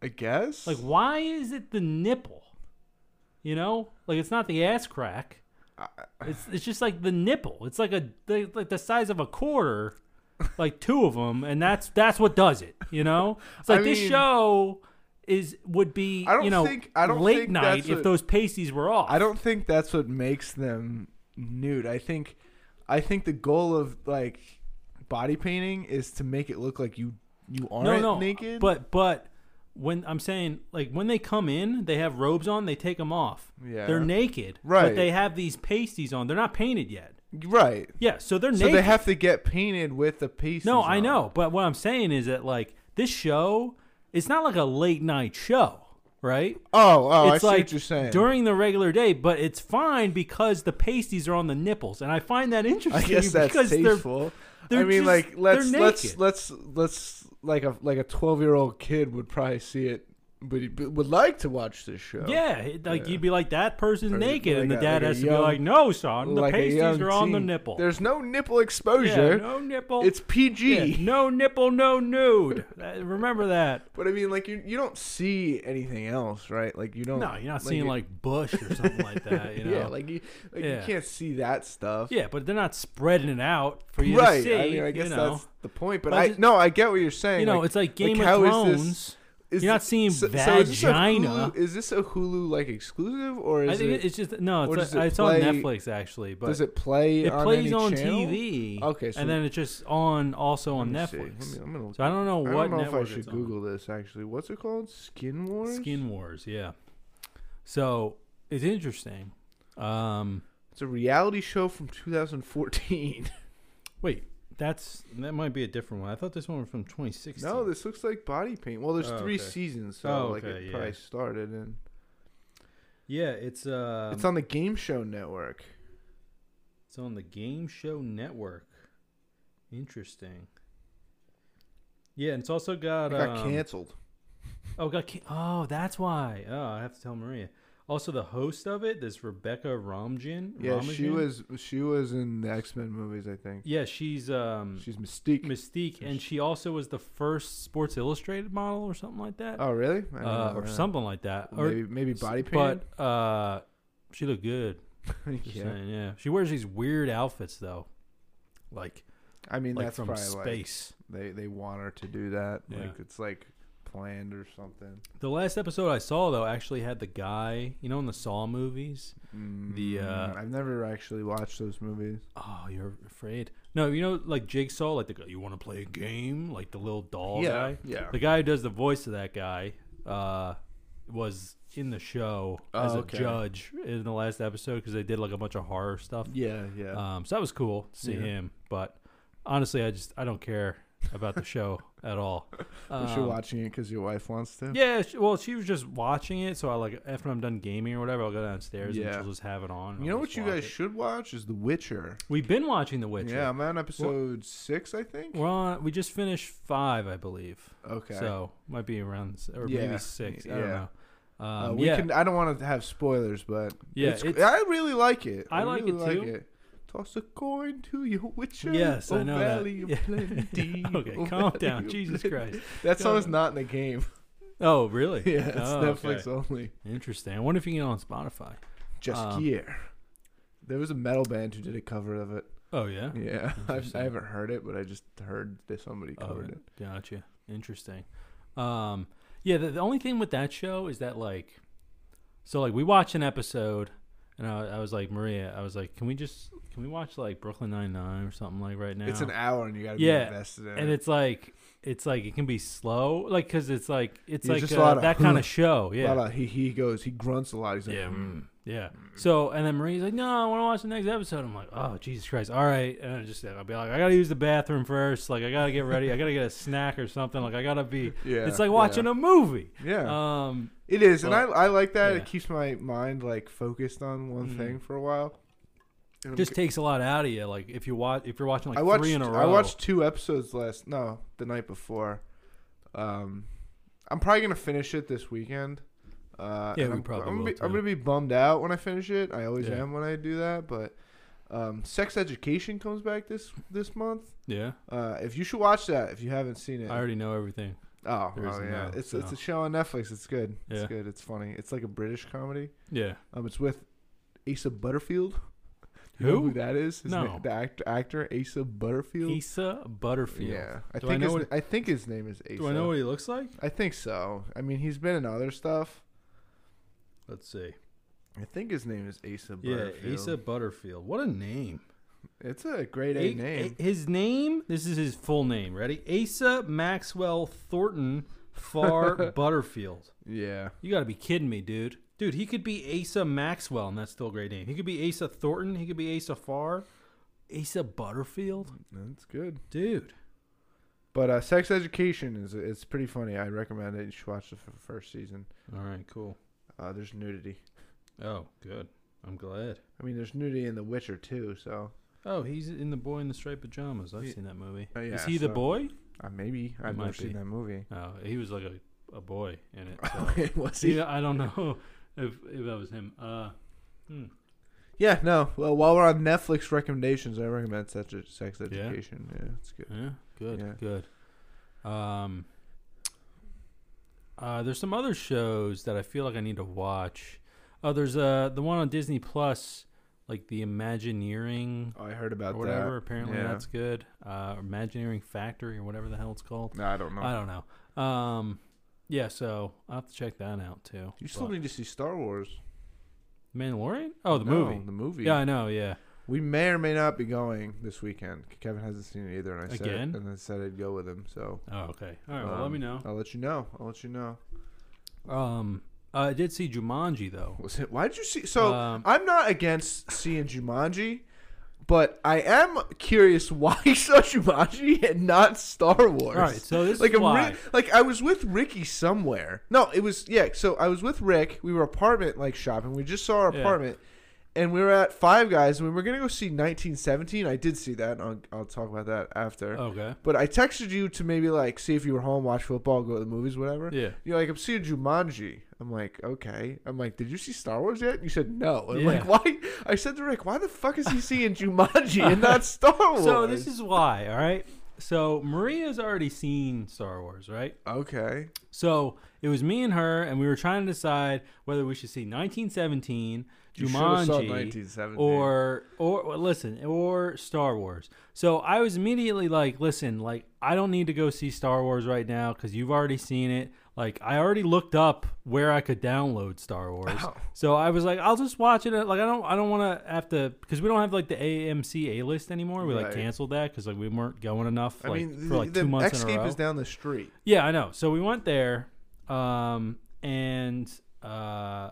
Speaker 1: I guess.
Speaker 2: Like why is it the nipple? You know? Like it's not the ass crack. It's it's just like the nipple. It's like a they- like the size of a quarter, like two of them, and that's that's what does it, you know? It's
Speaker 1: I
Speaker 2: like this
Speaker 1: mean-
Speaker 2: show is would be
Speaker 1: I don't
Speaker 2: you know
Speaker 1: think- I don't
Speaker 2: late
Speaker 1: think
Speaker 2: night
Speaker 1: that's
Speaker 2: if
Speaker 1: what-
Speaker 2: those pasties were off.
Speaker 1: I don't think that's what makes them nude. I think, I think the goal of like body painting is to make it look like you you aren't naked.
Speaker 2: But but when I'm saying like when they come in, they have robes on. They take them off.
Speaker 1: Yeah.
Speaker 2: they're naked. But
Speaker 1: Right.
Speaker 2: they have these pasties on. They're not painted yet.
Speaker 1: right,
Speaker 2: Yeah, so they're
Speaker 1: so
Speaker 2: naked.
Speaker 1: they have to get painted with the pieces.
Speaker 2: no, I
Speaker 1: on.
Speaker 2: know. But what I'm saying is that like this show, it's not like a late night show, right?
Speaker 1: Oh, oh,
Speaker 2: it's
Speaker 1: I see
Speaker 2: like
Speaker 1: what you're saying.
Speaker 2: during the regular day, but it's fine because the pasties are on the nipples, and I find that interesting
Speaker 1: I guess that's
Speaker 2: because they're
Speaker 1: tasteful.
Speaker 2: they're
Speaker 1: I mean,
Speaker 2: just-
Speaker 1: like
Speaker 2: they're
Speaker 1: let's let's
Speaker 2: naked.
Speaker 1: let's let's like a like a twelve year old kid would probably see it, but he but would like to watch this show.
Speaker 2: Yeah, it- like
Speaker 1: Yeah.
Speaker 2: you'd be like that person's
Speaker 1: Or
Speaker 2: naked,
Speaker 1: like
Speaker 2: and the
Speaker 1: a-
Speaker 2: dad
Speaker 1: like a
Speaker 2: has to be
Speaker 1: young-
Speaker 2: like, "No, son, the
Speaker 1: Like a
Speaker 2: pasties are
Speaker 1: young
Speaker 2: on the
Speaker 1: teen.
Speaker 2: nipple."
Speaker 1: There's no nipple
Speaker 2: yeah,
Speaker 1: exposure.
Speaker 2: no nipple.
Speaker 1: It's
Speaker 2: Yeah,
Speaker 1: PG.
Speaker 2: no nipple, no nude. That- Remember that.
Speaker 1: But I mean, like you, you don't see anything else, right? Like you don't.
Speaker 2: No, you're not seeing
Speaker 1: it-
Speaker 2: like Bush or something like that. You know.
Speaker 1: yeah, like you, like
Speaker 2: Yeah.
Speaker 1: you can't see that stuff.
Speaker 2: Yeah, but they're not spreading it out for you
Speaker 1: right.
Speaker 2: to see.
Speaker 1: I mean, I guess
Speaker 2: you know,
Speaker 1: that's the point. But
Speaker 2: But I
Speaker 1: I
Speaker 2: just-
Speaker 1: no, I get what you're saying.
Speaker 2: you know, it's like Game
Speaker 1: like,
Speaker 2: of
Speaker 1: how is this-
Speaker 2: Thrones.
Speaker 1: is
Speaker 2: you're not
Speaker 1: thi-
Speaker 2: seeing
Speaker 1: is this a
Speaker 2: vagina.
Speaker 1: Hulu- Is this a Hulu like exclusive or
Speaker 2: I
Speaker 1: is
Speaker 2: think
Speaker 1: it?
Speaker 2: it's just no.
Speaker 1: or
Speaker 2: It's,
Speaker 1: does
Speaker 2: like,
Speaker 1: it
Speaker 2: it's on
Speaker 1: play-
Speaker 2: Netflix actually, but
Speaker 1: does it play?
Speaker 2: it
Speaker 1: on
Speaker 2: plays
Speaker 1: any
Speaker 2: on
Speaker 1: channel?
Speaker 2: TV.
Speaker 1: Okay, so-
Speaker 2: and then it's just on also on
Speaker 1: Let me see.
Speaker 2: Netflix.
Speaker 1: Let me- I'm gonna-
Speaker 2: So I don't know
Speaker 1: I
Speaker 2: what
Speaker 1: don't know if I
Speaker 2: network
Speaker 1: should
Speaker 2: it's on.
Speaker 1: Google this actually. What's it called? Skin Wars.
Speaker 2: Skin Wars, yeah. So it's interesting. Um,
Speaker 1: It's a reality show from 2014.
Speaker 2: wait, that's that might be a different one. I thought this one was from 2016.
Speaker 1: no, this looks like body paint. Well, there's
Speaker 2: Oh,
Speaker 1: three
Speaker 2: okay.
Speaker 1: seasons, so
Speaker 2: Oh,
Speaker 1: like
Speaker 2: okay,
Speaker 1: it
Speaker 2: yeah.
Speaker 1: probably started and
Speaker 2: yeah, it's uh,
Speaker 1: it's on the Game Show Network.
Speaker 2: it's on the Game Show Network. Interesting. Yeah, and it's also got
Speaker 1: It got
Speaker 2: um,
Speaker 1: canceled.
Speaker 2: Oh, got can- oh, that's why. Oh, I have to tell Maria. Also, the host of it, this Rebecca Romijn.
Speaker 1: Yeah, she
Speaker 2: Romijn?
Speaker 1: was she was in the X Men movies, I think.
Speaker 2: Yeah, she's um,
Speaker 1: She's Mystique.
Speaker 2: Mystique, and she also was the first Sports Illustrated model or something like that,
Speaker 1: oh, really? I don't
Speaker 2: uh,
Speaker 1: know
Speaker 2: or
Speaker 1: that.
Speaker 2: something like that. Or,
Speaker 1: Maybe, maybe body paint.
Speaker 2: but uh, she looked good. Just
Speaker 1: yeah.
Speaker 2: saying, yeah, she wears these weird outfits though, like
Speaker 1: I mean,
Speaker 2: like
Speaker 1: that's
Speaker 2: from
Speaker 1: probably
Speaker 2: space.
Speaker 1: like they they want her to do that.
Speaker 2: Yeah.
Speaker 1: Like it's like planned or something.
Speaker 2: The last episode I saw though actually had the guy, you know, in the Saw movies. The, uh,
Speaker 1: Mm, I've never actually watched those movies.
Speaker 2: Oh, you're afraid? No, you know, like Jigsaw, like the guy, you want to play a game, like the little doll
Speaker 1: yeah,
Speaker 2: guy.
Speaker 1: yeah.
Speaker 2: The guy who does the voice of that guy uh, was in the show
Speaker 1: Oh,
Speaker 2: as a
Speaker 1: okay.
Speaker 2: judge in the last episode because they did like a bunch of horror stuff.
Speaker 1: yeah, yeah.
Speaker 2: Um, so that was cool to see
Speaker 1: Yeah.
Speaker 2: him. But honestly, I just I don't care about the show at all.
Speaker 1: but you're
Speaker 2: Um,
Speaker 1: watching it because your wife wants to.
Speaker 2: Yeah, she, well, she was just watching it, so I like after I'm done gaming or whatever, I'll go downstairs and
Speaker 1: Yeah.
Speaker 2: she'll just have it on. and
Speaker 1: You
Speaker 2: I'll
Speaker 1: know what
Speaker 2: just
Speaker 1: you
Speaker 2: watch
Speaker 1: guys
Speaker 2: it.
Speaker 1: should watch is The Witcher.
Speaker 2: We've been watching The Witcher.
Speaker 1: Yeah, I'm on episode six, I think.
Speaker 2: We're on. We just finished five, I believe.
Speaker 1: Okay.
Speaker 2: So might be around s- or
Speaker 1: Yeah.
Speaker 2: maybe six. I don't
Speaker 1: Yeah.
Speaker 2: know. Um,
Speaker 1: Uh, we
Speaker 2: yeah,
Speaker 1: can. I don't want to have spoilers, but
Speaker 2: Yeah,
Speaker 1: it's,
Speaker 2: it's-
Speaker 1: I really like it.
Speaker 2: I like
Speaker 1: really
Speaker 2: it too.
Speaker 1: Toss a coin to your Witcher.
Speaker 2: yes,
Speaker 1: oh
Speaker 2: I know
Speaker 1: Valley
Speaker 2: that.
Speaker 1: of
Speaker 2: Yeah.
Speaker 1: Plenty,
Speaker 2: okay,
Speaker 1: oh
Speaker 2: calm
Speaker 1: Valley
Speaker 2: down,
Speaker 1: of
Speaker 2: Jesus
Speaker 1: Plenty.
Speaker 2: Christ.
Speaker 1: That
Speaker 2: Calm
Speaker 1: song's not in the game.
Speaker 2: Oh, really?
Speaker 1: yeah, it's
Speaker 2: Oh,
Speaker 1: Netflix
Speaker 2: okay.
Speaker 1: only.
Speaker 2: Interesting. I wonder if you can get it on Spotify.
Speaker 1: Just
Speaker 2: Um,
Speaker 1: here. There was a metal band who did a cover of it.
Speaker 2: Oh yeah.
Speaker 1: Yeah, I've,
Speaker 2: Interesting.
Speaker 1: I haven't heard it, but I just heard that somebody
Speaker 2: Oh,
Speaker 1: covered it.
Speaker 2: Gotcha. Interesting. Um, yeah. The, the only thing with that show is that like, so like we watch an episode, And I, I was like, Maria, I was like, can we just can we watch like Brooklyn Nine Nine or something like right now?
Speaker 1: It's an hour, and you gotta
Speaker 2: Yeah,
Speaker 1: be invested in
Speaker 2: and
Speaker 1: it.
Speaker 2: it's like it's like it can be slow, like because it's like it's
Speaker 1: Yeah,
Speaker 2: like
Speaker 1: just a
Speaker 2: uh,
Speaker 1: lot of
Speaker 2: that kind of show.
Speaker 1: A
Speaker 2: Yeah,
Speaker 1: lot of he he goes, he grunts a lot. He's like,
Speaker 2: Yeah,
Speaker 1: "Mm."
Speaker 2: yeah. So and then Marie's like, "No, I want to watch the next episode." I'm like, "Oh, Jesus Christ! All right." And I just I'll be like, "I gotta use the bathroom first. Like, I gotta get ready. I gotta get a snack or something. Like, I gotta be."
Speaker 1: yeah.
Speaker 2: it's like watching a movie.
Speaker 1: Yeah,
Speaker 2: Um,
Speaker 1: it is, and I
Speaker 2: well,
Speaker 1: I like that.
Speaker 2: yeah.
Speaker 1: It keeps my mind like focused on one
Speaker 2: Mhm.
Speaker 1: thing for a while. And I'm
Speaker 2: just
Speaker 1: g-
Speaker 2: takes a lot out of you. Like if you watch, if you're watching like
Speaker 1: I watched
Speaker 2: three in a row.
Speaker 1: I watched two episodes last no the night before. Um, I'm probably gonna finish it this weekend. Uh,
Speaker 2: Yeah,
Speaker 1: and
Speaker 2: we
Speaker 1: I'm,
Speaker 2: probably
Speaker 1: I'm gonna,
Speaker 2: will,
Speaker 1: be, I'm
Speaker 2: too.
Speaker 1: gonna be bummed out when I finish it. I always
Speaker 2: Yeah.
Speaker 1: am when I do that. But um, Sex Education comes back this this month.
Speaker 2: Yeah,
Speaker 1: Uh, if you should watch that if you haven't seen it.
Speaker 2: I already know everything.
Speaker 1: oh,
Speaker 2: there
Speaker 1: oh,
Speaker 2: isn't
Speaker 1: yeah,
Speaker 2: now,
Speaker 1: it's it's
Speaker 2: so.
Speaker 1: a show on Netflix. It's good. It's
Speaker 2: Yeah.
Speaker 1: good. It's funny. It's like a British comedy.
Speaker 2: Yeah,
Speaker 1: Um, it's with Asa Butterfield. You know
Speaker 2: who?
Speaker 1: who that is? His
Speaker 2: No.
Speaker 1: na- the act, actor Asa Butterfield.
Speaker 2: Issa Butterfield.
Speaker 1: Yeah, I
Speaker 2: Do I
Speaker 1: think
Speaker 2: know
Speaker 1: his,
Speaker 2: what-
Speaker 1: I think his name is Asa.
Speaker 2: Do I know what he looks like?
Speaker 1: I think so. I mean, he's been in other stuff.
Speaker 2: Let's see.
Speaker 1: I think his name is Asa
Speaker 2: Yeah,
Speaker 1: Butterfield.
Speaker 2: Issa Butterfield. What a name.
Speaker 1: It's a great A,
Speaker 2: A-
Speaker 1: name.
Speaker 2: A- his name. This is his full name. Ready? Asa Maxwell Thornton Farr Butterfield.
Speaker 1: yeah.
Speaker 2: You got to be kidding me, dude. Dude, he could be Asa Maxwell, and that's still a great name. He could be Asa Thornton. He could be Asa Farr. Asa Butterfield,
Speaker 1: That's good.
Speaker 2: dude.
Speaker 1: But uh, Sex Education is it's pretty funny. I recommend it. You should watch the f- first season.
Speaker 2: All right, cool.
Speaker 1: Uh, there's nudity.
Speaker 2: Oh, good. I'm glad.
Speaker 1: I mean, there's nudity in The Witcher too. So
Speaker 2: Oh, he's in the boy in the striped pajamas. I've seen that movie.
Speaker 1: Oh, yeah,
Speaker 2: is he the
Speaker 1: so-
Speaker 2: boy?
Speaker 1: uh, maybe I've never
Speaker 2: might
Speaker 1: seen
Speaker 2: be.
Speaker 1: that movie.
Speaker 2: No, he was like a, a boy in it. So.
Speaker 1: Okay, was he?
Speaker 2: See, I don't know if, if that was him. Uh, hmm.
Speaker 1: Yeah, no. Well, while we're on Netflix recommendations, I recommend such a sex education. Yeah, it's good.
Speaker 2: Yeah, good,
Speaker 1: Yeah.
Speaker 2: good. Um, uh, there's some other shows that I feel like I need to watch. Oh, there's uh the one on Disney Plus, like the Imagineering
Speaker 1: Oh, I heard about
Speaker 2: or whatever.
Speaker 1: that.
Speaker 2: Apparently,
Speaker 1: yeah.
Speaker 2: that's good. Uh, Imagineering Factory or whatever the hell it's called.
Speaker 1: No, I don't know.
Speaker 2: I don't know. Um, yeah, so I'll have to check that out too.
Speaker 1: you still
Speaker 2: But-
Speaker 1: need to see Star Wars.
Speaker 2: Mandalorian? Oh, the
Speaker 1: No,
Speaker 2: movie.
Speaker 1: The movie.
Speaker 2: Yeah, I know. Yeah,
Speaker 1: We may or may not be going this weekend. Kevin hasn't seen it either, and I
Speaker 2: Again?
Speaker 1: said and I said I'd go with him. So
Speaker 2: Oh, okay. All right. well, let
Speaker 1: um, uh,
Speaker 2: me know.
Speaker 1: I'll let you know. I'll let you know.
Speaker 2: Um, I did see Jumanji though.
Speaker 1: Was it? Why did you see? So
Speaker 2: um,
Speaker 1: I'm not against seeing Jumanji, but I am curious why you saw Jumanji and not Star Wars.
Speaker 2: all right. So this
Speaker 1: Like
Speaker 2: is
Speaker 1: I'm
Speaker 2: why.
Speaker 1: re- like I was with Ricky somewhere. No, it was yeah. So I was with Rick. We were apartment like shopping. We just saw our
Speaker 2: Yeah.
Speaker 1: apartment, and we were at Five Guys, and we were gonna go see 1917. I did see that. And I'll, I'll talk about that after.
Speaker 2: okay.
Speaker 1: But I texted you to maybe like see if you were home, watch football, go to the movies, whatever.
Speaker 2: Yeah.
Speaker 1: You're like, I'm seeing Jumanji. I'm like, okay. I'm like, did you see Star Wars yet? You said no. I'm
Speaker 2: Yeah.
Speaker 1: like, why? I said to Rick, why the fuck is he seeing Jumanji and not Star Wars?
Speaker 2: So this is why. All right. So Maria's already seen Star Wars, right?
Speaker 1: okay.
Speaker 2: So it was me and her, and we were trying to decide whether we should see 1917,
Speaker 1: You should've saw
Speaker 2: Jumanji,
Speaker 1: 1917.
Speaker 2: or or well, listen, or Star Wars. So I was immediately like, listen, like I don't need to go see Star Wars right now because you've already seen it. Like I already looked up where I could download Star Wars.
Speaker 1: Oh.
Speaker 2: So I was like, I'll just watch it. Like I don't, I don't want to have to because we don't have like the AMC A list anymore. We like
Speaker 1: Right.
Speaker 2: canceled that because like we weren't going enough.
Speaker 1: I
Speaker 2: like,
Speaker 1: mean,
Speaker 2: for like
Speaker 1: the,
Speaker 2: two
Speaker 1: the
Speaker 2: months in a
Speaker 1: Escape
Speaker 2: row.
Speaker 1: is down the street.
Speaker 2: Yeah, I know. So we went there, um, and uh,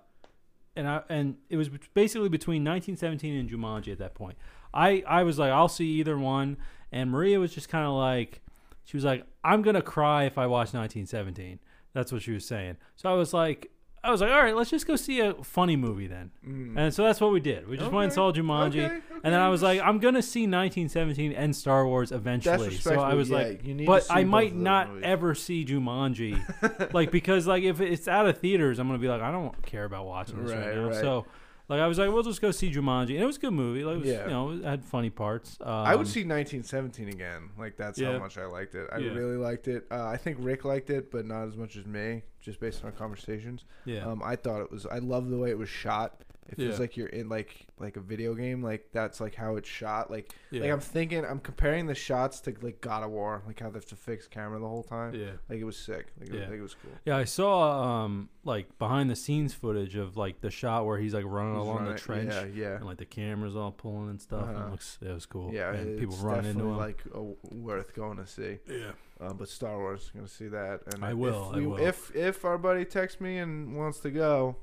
Speaker 2: and I and it was basically between 1917 and Jumanji at that point. I I was like, I'll see either one, and Maria was just kind of like, she was like, I'm gonna cry if I watch 1917. That's what she was saying. So I was like. I was like, all right, let's just go see a funny movie then. And so that's what we did. We just went and saw
Speaker 1: Mm. Okay,
Speaker 2: Jumanji.
Speaker 1: okay,
Speaker 2: And then
Speaker 1: okay.
Speaker 2: I was like, I'm going to see 1917 and Star Wars eventually. So I
Speaker 1: respectable,
Speaker 2: was
Speaker 1: yeah,
Speaker 2: like,
Speaker 1: you need
Speaker 2: but
Speaker 1: to see
Speaker 2: I
Speaker 1: both
Speaker 2: might
Speaker 1: of those
Speaker 2: not
Speaker 1: movies.
Speaker 2: ever see Jumanji. like, because, like, if it's out of theaters, I'm going to be like, I don't care about watching this right,
Speaker 1: Right,
Speaker 2: now.
Speaker 1: right.
Speaker 2: So, like, I was like, we'll just go see Jumanji. And it was a good movie. Like, it was,
Speaker 1: Yeah.
Speaker 2: you know, it had funny parts. Um,
Speaker 1: I would see 1917 again. Like that's
Speaker 2: yeah.
Speaker 1: how much I liked it. I
Speaker 2: Yeah.
Speaker 1: really liked it. Uh, I think Rick liked it, but not as much as me. just based on our conversations.
Speaker 2: Yeah.
Speaker 1: Um, I thought it was. I love the way it was shot. It feels
Speaker 2: Yeah.
Speaker 1: like you're in like like a video game. Like that's like how it's shot. Like
Speaker 2: yeah.
Speaker 1: like I'm thinking. I'm comparing the shots to like God of War. Like how they have to fix camera the whole time.
Speaker 2: yeah.
Speaker 1: Like it was sick. Like, it, was,
Speaker 2: Yeah.
Speaker 1: like it was cool.
Speaker 2: Yeah, I saw um like behind the scenes footage of like the shot where he's like running
Speaker 1: It was
Speaker 2: along
Speaker 1: running-
Speaker 2: the trench
Speaker 1: Yeah, yeah,
Speaker 2: and like the cameras all pulling and stuff. And
Speaker 1: Uh-huh.
Speaker 2: it looks it was cool.
Speaker 1: yeah.
Speaker 2: and
Speaker 1: It's
Speaker 2: people running into
Speaker 1: definitely,
Speaker 2: him.
Speaker 1: like a, worth going to see.
Speaker 2: yeah.
Speaker 1: Um, but Star Wars, gonna see that. And
Speaker 2: I
Speaker 1: if
Speaker 2: will, I
Speaker 1: we-
Speaker 2: will.
Speaker 1: If if our buddy texts me and wants to go,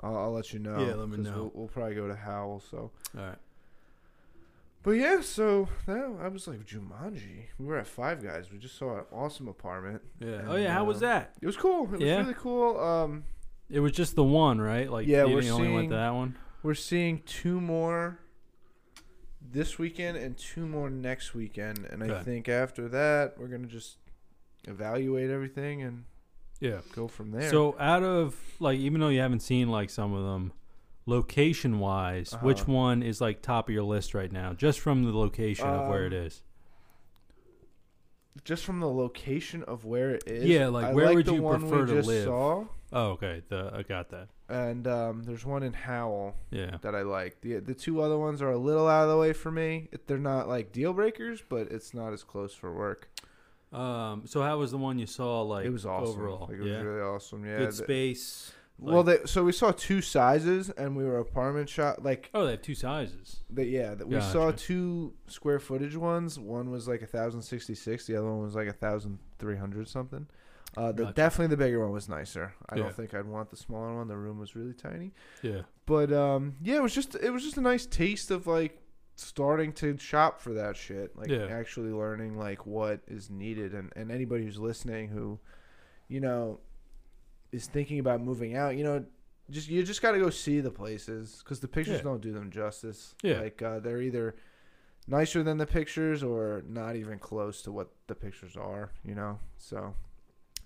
Speaker 1: I'll, I'll let you know.
Speaker 2: Yeah, let me
Speaker 1: 'cause
Speaker 2: know.
Speaker 1: We'll, we'll probably go to Howl. So,
Speaker 2: All right.
Speaker 1: but yeah, so that I was like Jumanji. We were at Five Guys. We just saw an awesome apartment.
Speaker 2: Yeah.
Speaker 1: And,
Speaker 2: Oh yeah. How was
Speaker 1: uh,
Speaker 2: that?
Speaker 1: It was cool. It was
Speaker 2: Yeah.
Speaker 1: really cool. Um,
Speaker 2: It was just the one, right? Like
Speaker 1: Yeah,
Speaker 2: you
Speaker 1: we're
Speaker 2: only went
Speaker 1: seeing-
Speaker 2: to that one.
Speaker 1: we're seeing two more this weekend and two more next weekend, and I
Speaker 2: Okay.
Speaker 1: think after that we're gonna just evaluate everything and
Speaker 2: Yeah.
Speaker 1: go from there.
Speaker 2: So out of like even though you haven't seen like some of them, location wise, which
Speaker 1: Uh-huh.
Speaker 2: one is like top of your list right now, just from the location of where it
Speaker 1: Um,
Speaker 2: is?
Speaker 1: just from the location of where it is.
Speaker 2: Yeah, like,
Speaker 1: I
Speaker 2: where would
Speaker 1: the
Speaker 2: you
Speaker 1: one we
Speaker 2: prefer to
Speaker 1: just
Speaker 2: live?
Speaker 1: Saw,
Speaker 2: Oh, okay. The I got that.
Speaker 1: and um, there's one in Howell
Speaker 2: Yeah.
Speaker 1: that I like. The the two other ones are a little out of the way for me. It- They're not like deal breakers, but it's not as close for work.
Speaker 2: Um. So how was the one you saw? Like
Speaker 1: it was awesome.
Speaker 2: overall.
Speaker 1: Like, it
Speaker 2: yeah.
Speaker 1: was really awesome. Yeah.
Speaker 2: Good
Speaker 1: the-
Speaker 2: space.
Speaker 1: well, they, so we saw two sizes, and we were apartment shop like.
Speaker 2: Oh, they have two sizes.
Speaker 1: The, yeah, that we saw
Speaker 2: Gotcha.
Speaker 1: two square footage ones. One was like a thousand sixty six. The other one was like a thousand three hundred something. Uh, the,
Speaker 2: Gotcha.
Speaker 1: Definitely the bigger one was nicer. I
Speaker 2: Yeah.
Speaker 1: don't think I'd want the smaller one. The room was really tiny.
Speaker 2: Yeah.
Speaker 1: But um, yeah, it was just it was just a nice taste of like starting to shop for that shit. Like
Speaker 2: Yeah.
Speaker 1: actually learning like what is needed and, and anybody who's listening who, you know, is thinking about moving out, you know, just you just got to go see the places because the pictures
Speaker 2: Yeah.
Speaker 1: don't do them justice.
Speaker 2: Yeah.
Speaker 1: like uh, they're either nicer than the pictures or not even close to what the pictures are. You know, so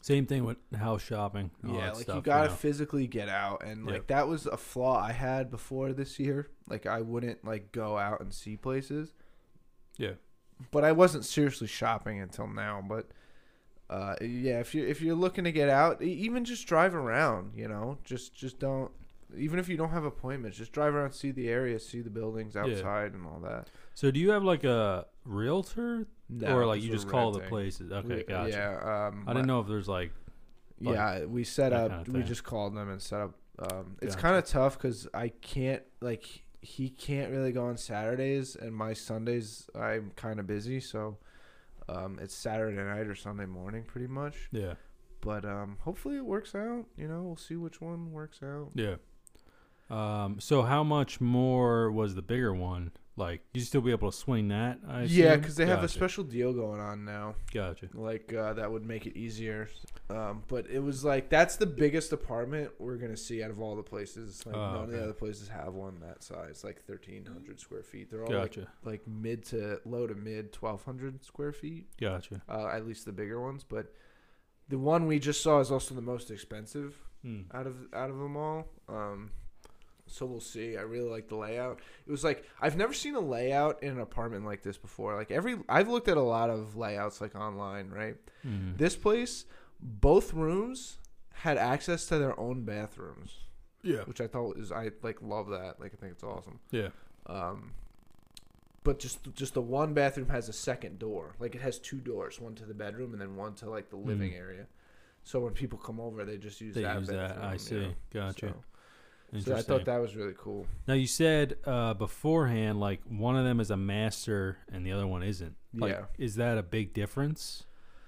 Speaker 2: Same thing with house shopping. and all
Speaker 1: yeah,
Speaker 2: that
Speaker 1: like
Speaker 2: stuff,
Speaker 1: you gotta
Speaker 2: know.
Speaker 1: physically get out, and
Speaker 2: Yep.
Speaker 1: like that was a flaw I had before this year. Like I wouldn't like go out and see places.
Speaker 2: Yeah.
Speaker 1: But I wasn't seriously shopping until now. But uh, yeah, if you if you're looking to get out, e- even just drive around. You know, just just don't. Even if you don't have appointments, just drive around, see the area, see the buildings outside, and all that.
Speaker 2: So do you have like a realtor or
Speaker 1: No,
Speaker 2: like
Speaker 1: 'cause
Speaker 2: you
Speaker 1: we're
Speaker 2: just call the
Speaker 1: renting.
Speaker 2: places? Okay,
Speaker 1: We- uh,
Speaker 2: gotcha.
Speaker 1: Yeah, um,
Speaker 2: I didn't know if there's like like,
Speaker 1: yeah, we set
Speaker 2: that
Speaker 1: up.
Speaker 2: kinda
Speaker 1: we
Speaker 2: thing.
Speaker 1: just called them and set up. Um, it's
Speaker 2: Gotcha.
Speaker 1: kind of tough because I can't like he can't really go on Saturdays, and my Sundays I'm kind of busy, so um, it's Saturday night or Sunday morning pretty much.
Speaker 2: yeah,
Speaker 1: But um, hopefully it works out. You know, we'll see which one works out.
Speaker 2: yeah. Um, so how much more was the bigger one? Like you still be able to swing that? I
Speaker 1: yeah,
Speaker 2: assume?
Speaker 1: because they have a
Speaker 2: Gotcha,
Speaker 1: special deal going on now.
Speaker 2: Gotcha.
Speaker 1: Like uh, that would make it easier. Um, but it was like that's the biggest apartment we're gonna see out of all the places. Like
Speaker 2: Oh,
Speaker 1: none of
Speaker 2: okay.
Speaker 1: the other places have one that size, like thirteen hundred square feet. They're all like,
Speaker 2: Gotcha.
Speaker 1: like mid to low to mid twelve hundred square feet.
Speaker 2: Gotcha.
Speaker 1: Uh, at least the bigger ones. But the one we just saw is also the most expensive
Speaker 2: Hmm.
Speaker 1: out of out of them all. Um, so we'll see. I really like the layout. It was like I've never seen a layout in an apartment like this before. Like every I've looked at a lot of layouts like online, right?
Speaker 2: Mhm.
Speaker 1: This place, both rooms had access to their own bathrooms,
Speaker 2: Yeah.
Speaker 1: which I thought is I like love that. Like I think it's awesome.
Speaker 2: Yeah.
Speaker 1: Um, but just just the one bathroom has a second door. Like it has two doors, one to the bedroom and then one to like the living
Speaker 2: Mhm.
Speaker 1: area. So when people come over, they just use
Speaker 2: They
Speaker 1: that.
Speaker 2: use that.
Speaker 1: bathroom,
Speaker 2: I
Speaker 1: you
Speaker 2: see.
Speaker 1: know?
Speaker 2: Gotcha.
Speaker 1: So- So, I
Speaker 2: Interesting.
Speaker 1: thought that was really cool.
Speaker 2: Now you said uh, beforehand, like one of them is a master and the other one isn't. Like,
Speaker 1: Yeah.
Speaker 2: Is that a big difference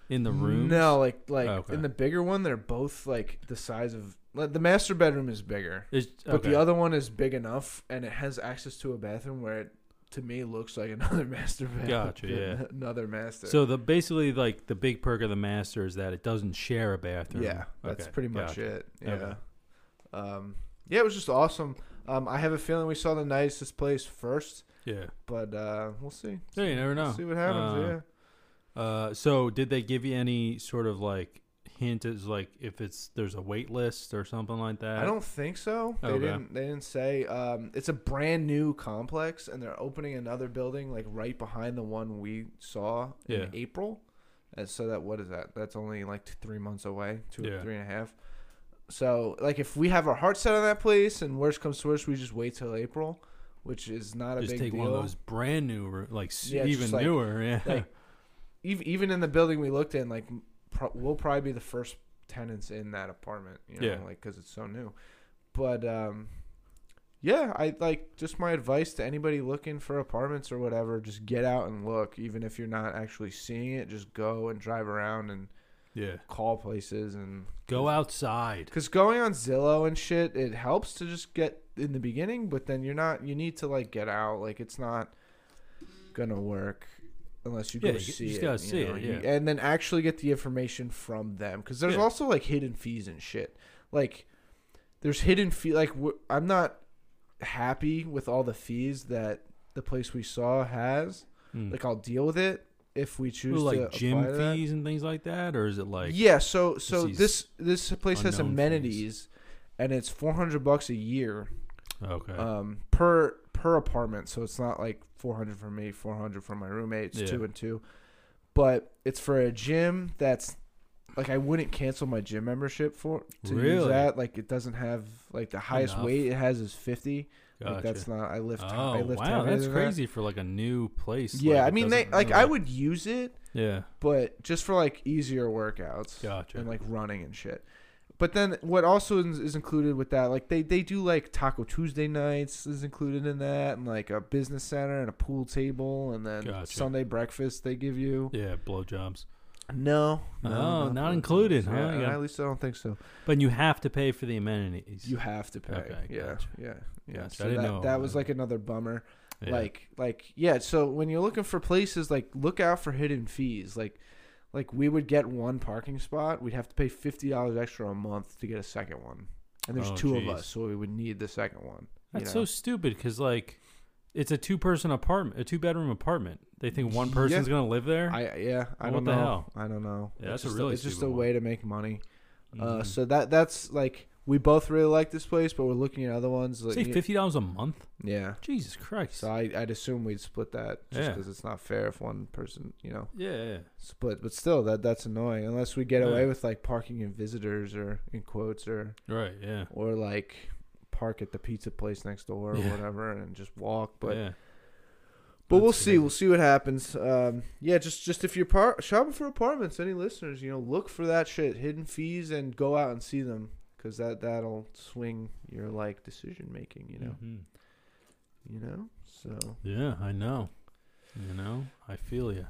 Speaker 2: in the rooms? Oh,
Speaker 1: No, like like
Speaker 2: Okay.
Speaker 1: in the bigger one, they're both like the size of like, the master bedroom is bigger,
Speaker 2: Is,
Speaker 1: but
Speaker 2: okay.
Speaker 1: the other one is big enough and it has access to a bathroom where it to me looks like another master bedroom.
Speaker 2: Gotcha, yeah.
Speaker 1: Another master.
Speaker 2: So the basically like the big perk of the master is that it doesn't share a bathroom.
Speaker 1: Yeah, that's
Speaker 2: Okay,
Speaker 1: pretty much
Speaker 2: gotcha.
Speaker 1: it. Yeah.
Speaker 2: Okay.
Speaker 1: Um, yeah, it was just awesome. Um, I have a feeling we saw the nicest place first,
Speaker 2: Yeah.
Speaker 1: but uh, we'll see.
Speaker 2: Yeah, you never know.
Speaker 1: See what happens.
Speaker 2: Uh, Uh, so did they give you any sort of like hint as like if it's there's a wait list or something like that?
Speaker 1: yeah, I don't think so. They
Speaker 2: okay.
Speaker 1: didn't. They didn't say. Um, it's a brand new complex, and they're opening another building like right behind the one we saw in
Speaker 2: Yeah.
Speaker 1: April, And so that what is that? That's only like t- three months away, two
Speaker 2: Yeah.
Speaker 1: three and a half. So like if we have our heart set on that place, and worst comes to worst, we just wait till April, which is not a
Speaker 2: Just
Speaker 1: big
Speaker 2: take
Speaker 1: deal.
Speaker 2: one of those brand new, or, like s-
Speaker 1: Yeah, just
Speaker 2: even
Speaker 1: like-
Speaker 2: newer. Yeah.
Speaker 1: like, ev- even in the building we looked in, like pro- we'll probably be the first tenants in that apartment. You know,
Speaker 2: Yeah.
Speaker 1: like because it's so new. But um, yeah, I like just my advice to anybody looking for apartments or whatever. Just get out and look, even if you're not actually seeing it. Just go and drive around and
Speaker 2: yeah.
Speaker 1: call places and
Speaker 2: Go outside.
Speaker 1: because going on Zillow and shit, it helps to just get in the beginning, but then you're not. You need to like get out. Like it's not gonna work unless you go
Speaker 2: Yeah, you- you
Speaker 1: see
Speaker 2: just
Speaker 1: it.
Speaker 2: gotta
Speaker 1: you
Speaker 2: see
Speaker 1: know,
Speaker 2: it,
Speaker 1: you-
Speaker 2: yeah.
Speaker 1: and then actually get the information from them because there's
Speaker 2: Yeah.
Speaker 1: also like hidden fees and shit. Like there's hidden fee. Like wh- I'm not happy with all the fees that the place we saw has.
Speaker 2: Mm.
Speaker 1: Like I'll deal with it if we choose
Speaker 2: Well,
Speaker 1: to
Speaker 2: like
Speaker 1: apply
Speaker 2: gym
Speaker 1: to that.
Speaker 2: fees and things like that, or is it like
Speaker 1: yeah so so
Speaker 2: these
Speaker 1: this this place has
Speaker 2: unknown
Speaker 1: amenities and it's 400 bucks a year
Speaker 2: okay?
Speaker 1: um per per apartment so it's not like 400 for me 400 for my roommates
Speaker 2: Yeah.
Speaker 1: two and two but it's for a gym that's like I wouldn't cancel my gym membership for to use
Speaker 2: Really?
Speaker 1: that like it doesn't have like the highest
Speaker 2: Enough.
Speaker 1: weight it has is 50 like
Speaker 2: Gotcha.
Speaker 1: that's not I lift
Speaker 2: oh
Speaker 1: I lift
Speaker 2: wow,
Speaker 1: heavier
Speaker 2: that's
Speaker 1: than that.
Speaker 2: crazy for like a new place.
Speaker 1: yeah
Speaker 2: like,
Speaker 1: I
Speaker 2: it
Speaker 1: mean they
Speaker 2: doesn't
Speaker 1: like
Speaker 2: really-
Speaker 1: I would use it
Speaker 2: yeah
Speaker 1: but just for like easier workouts
Speaker 2: Gotcha.
Speaker 1: and like running and shit. But then what also is, is included with that, like they, they do like Taco Tuesday nights is included in that, and like a business center and a pool table, and then
Speaker 2: Gotcha.
Speaker 1: Sunday breakfast they give you.
Speaker 2: yeah blowjobs.
Speaker 1: No,
Speaker 2: Oh, not included, huh?
Speaker 1: Yeah,
Speaker 2: You gotta-
Speaker 1: at least I don't think so.
Speaker 2: But you have to pay for the amenities.
Speaker 1: You have to pay.
Speaker 2: Okay,
Speaker 1: yeah,
Speaker 2: gotcha.
Speaker 1: yeah, yeah,
Speaker 2: Gotcha.
Speaker 1: So
Speaker 2: I didn't
Speaker 1: that,
Speaker 2: know
Speaker 1: that was
Speaker 2: that.
Speaker 1: like another bummer.
Speaker 2: Yeah.
Speaker 1: Like like yeah, so when you're looking for places like look out for hidden fees. Like like we would get one parking spot, we'd have to pay fifty dollars extra a month to get a second one. And there's
Speaker 2: Oh,
Speaker 1: two
Speaker 2: geez.
Speaker 1: of us, so we would need the second one. you
Speaker 2: that's
Speaker 1: know?
Speaker 2: so stupid because like it's a two person apartment, a two bedroom apartment. They think one
Speaker 1: Yeah.
Speaker 2: person's gonna live there.
Speaker 1: I uh, yeah, I
Speaker 2: What
Speaker 1: don't
Speaker 2: the
Speaker 1: know.
Speaker 2: hell?
Speaker 1: I don't know.
Speaker 2: Yeah,
Speaker 1: it's
Speaker 2: that's a
Speaker 1: just
Speaker 2: really
Speaker 1: it's just a
Speaker 2: stupid one.
Speaker 1: way to make money. Uh,
Speaker 2: Mhm.
Speaker 1: so that that's like we both really like this place, but we're looking at other ones. Like,
Speaker 2: say
Speaker 1: you-
Speaker 2: fifty dollars a month.
Speaker 1: Yeah.
Speaker 2: Jesus Christ.
Speaker 1: So I, I'd assume we'd split that just
Speaker 2: Yeah.
Speaker 1: because it's not fair if one person, you know,
Speaker 2: yeah, yeah.
Speaker 1: split. But still, that that's annoying unless we get
Speaker 2: Yeah.
Speaker 1: away with like parking in visitors or in quotes or
Speaker 2: right, yeah.
Speaker 1: or like park at the pizza place next door or
Speaker 2: Yeah.
Speaker 1: whatever and just walk. But
Speaker 2: yeah.
Speaker 1: but we'll
Speaker 2: That's
Speaker 1: see.
Speaker 2: crazy.
Speaker 1: We'll see what happens. Um, yeah, just just if you're par- shopping for apartments, any listeners, you know, look for that shit, hidden fees, and go out and see them because that that'll swing your like decision making. You know,
Speaker 2: Mhm.
Speaker 1: you know. So
Speaker 2: Yeah, I know. You know, I feel you.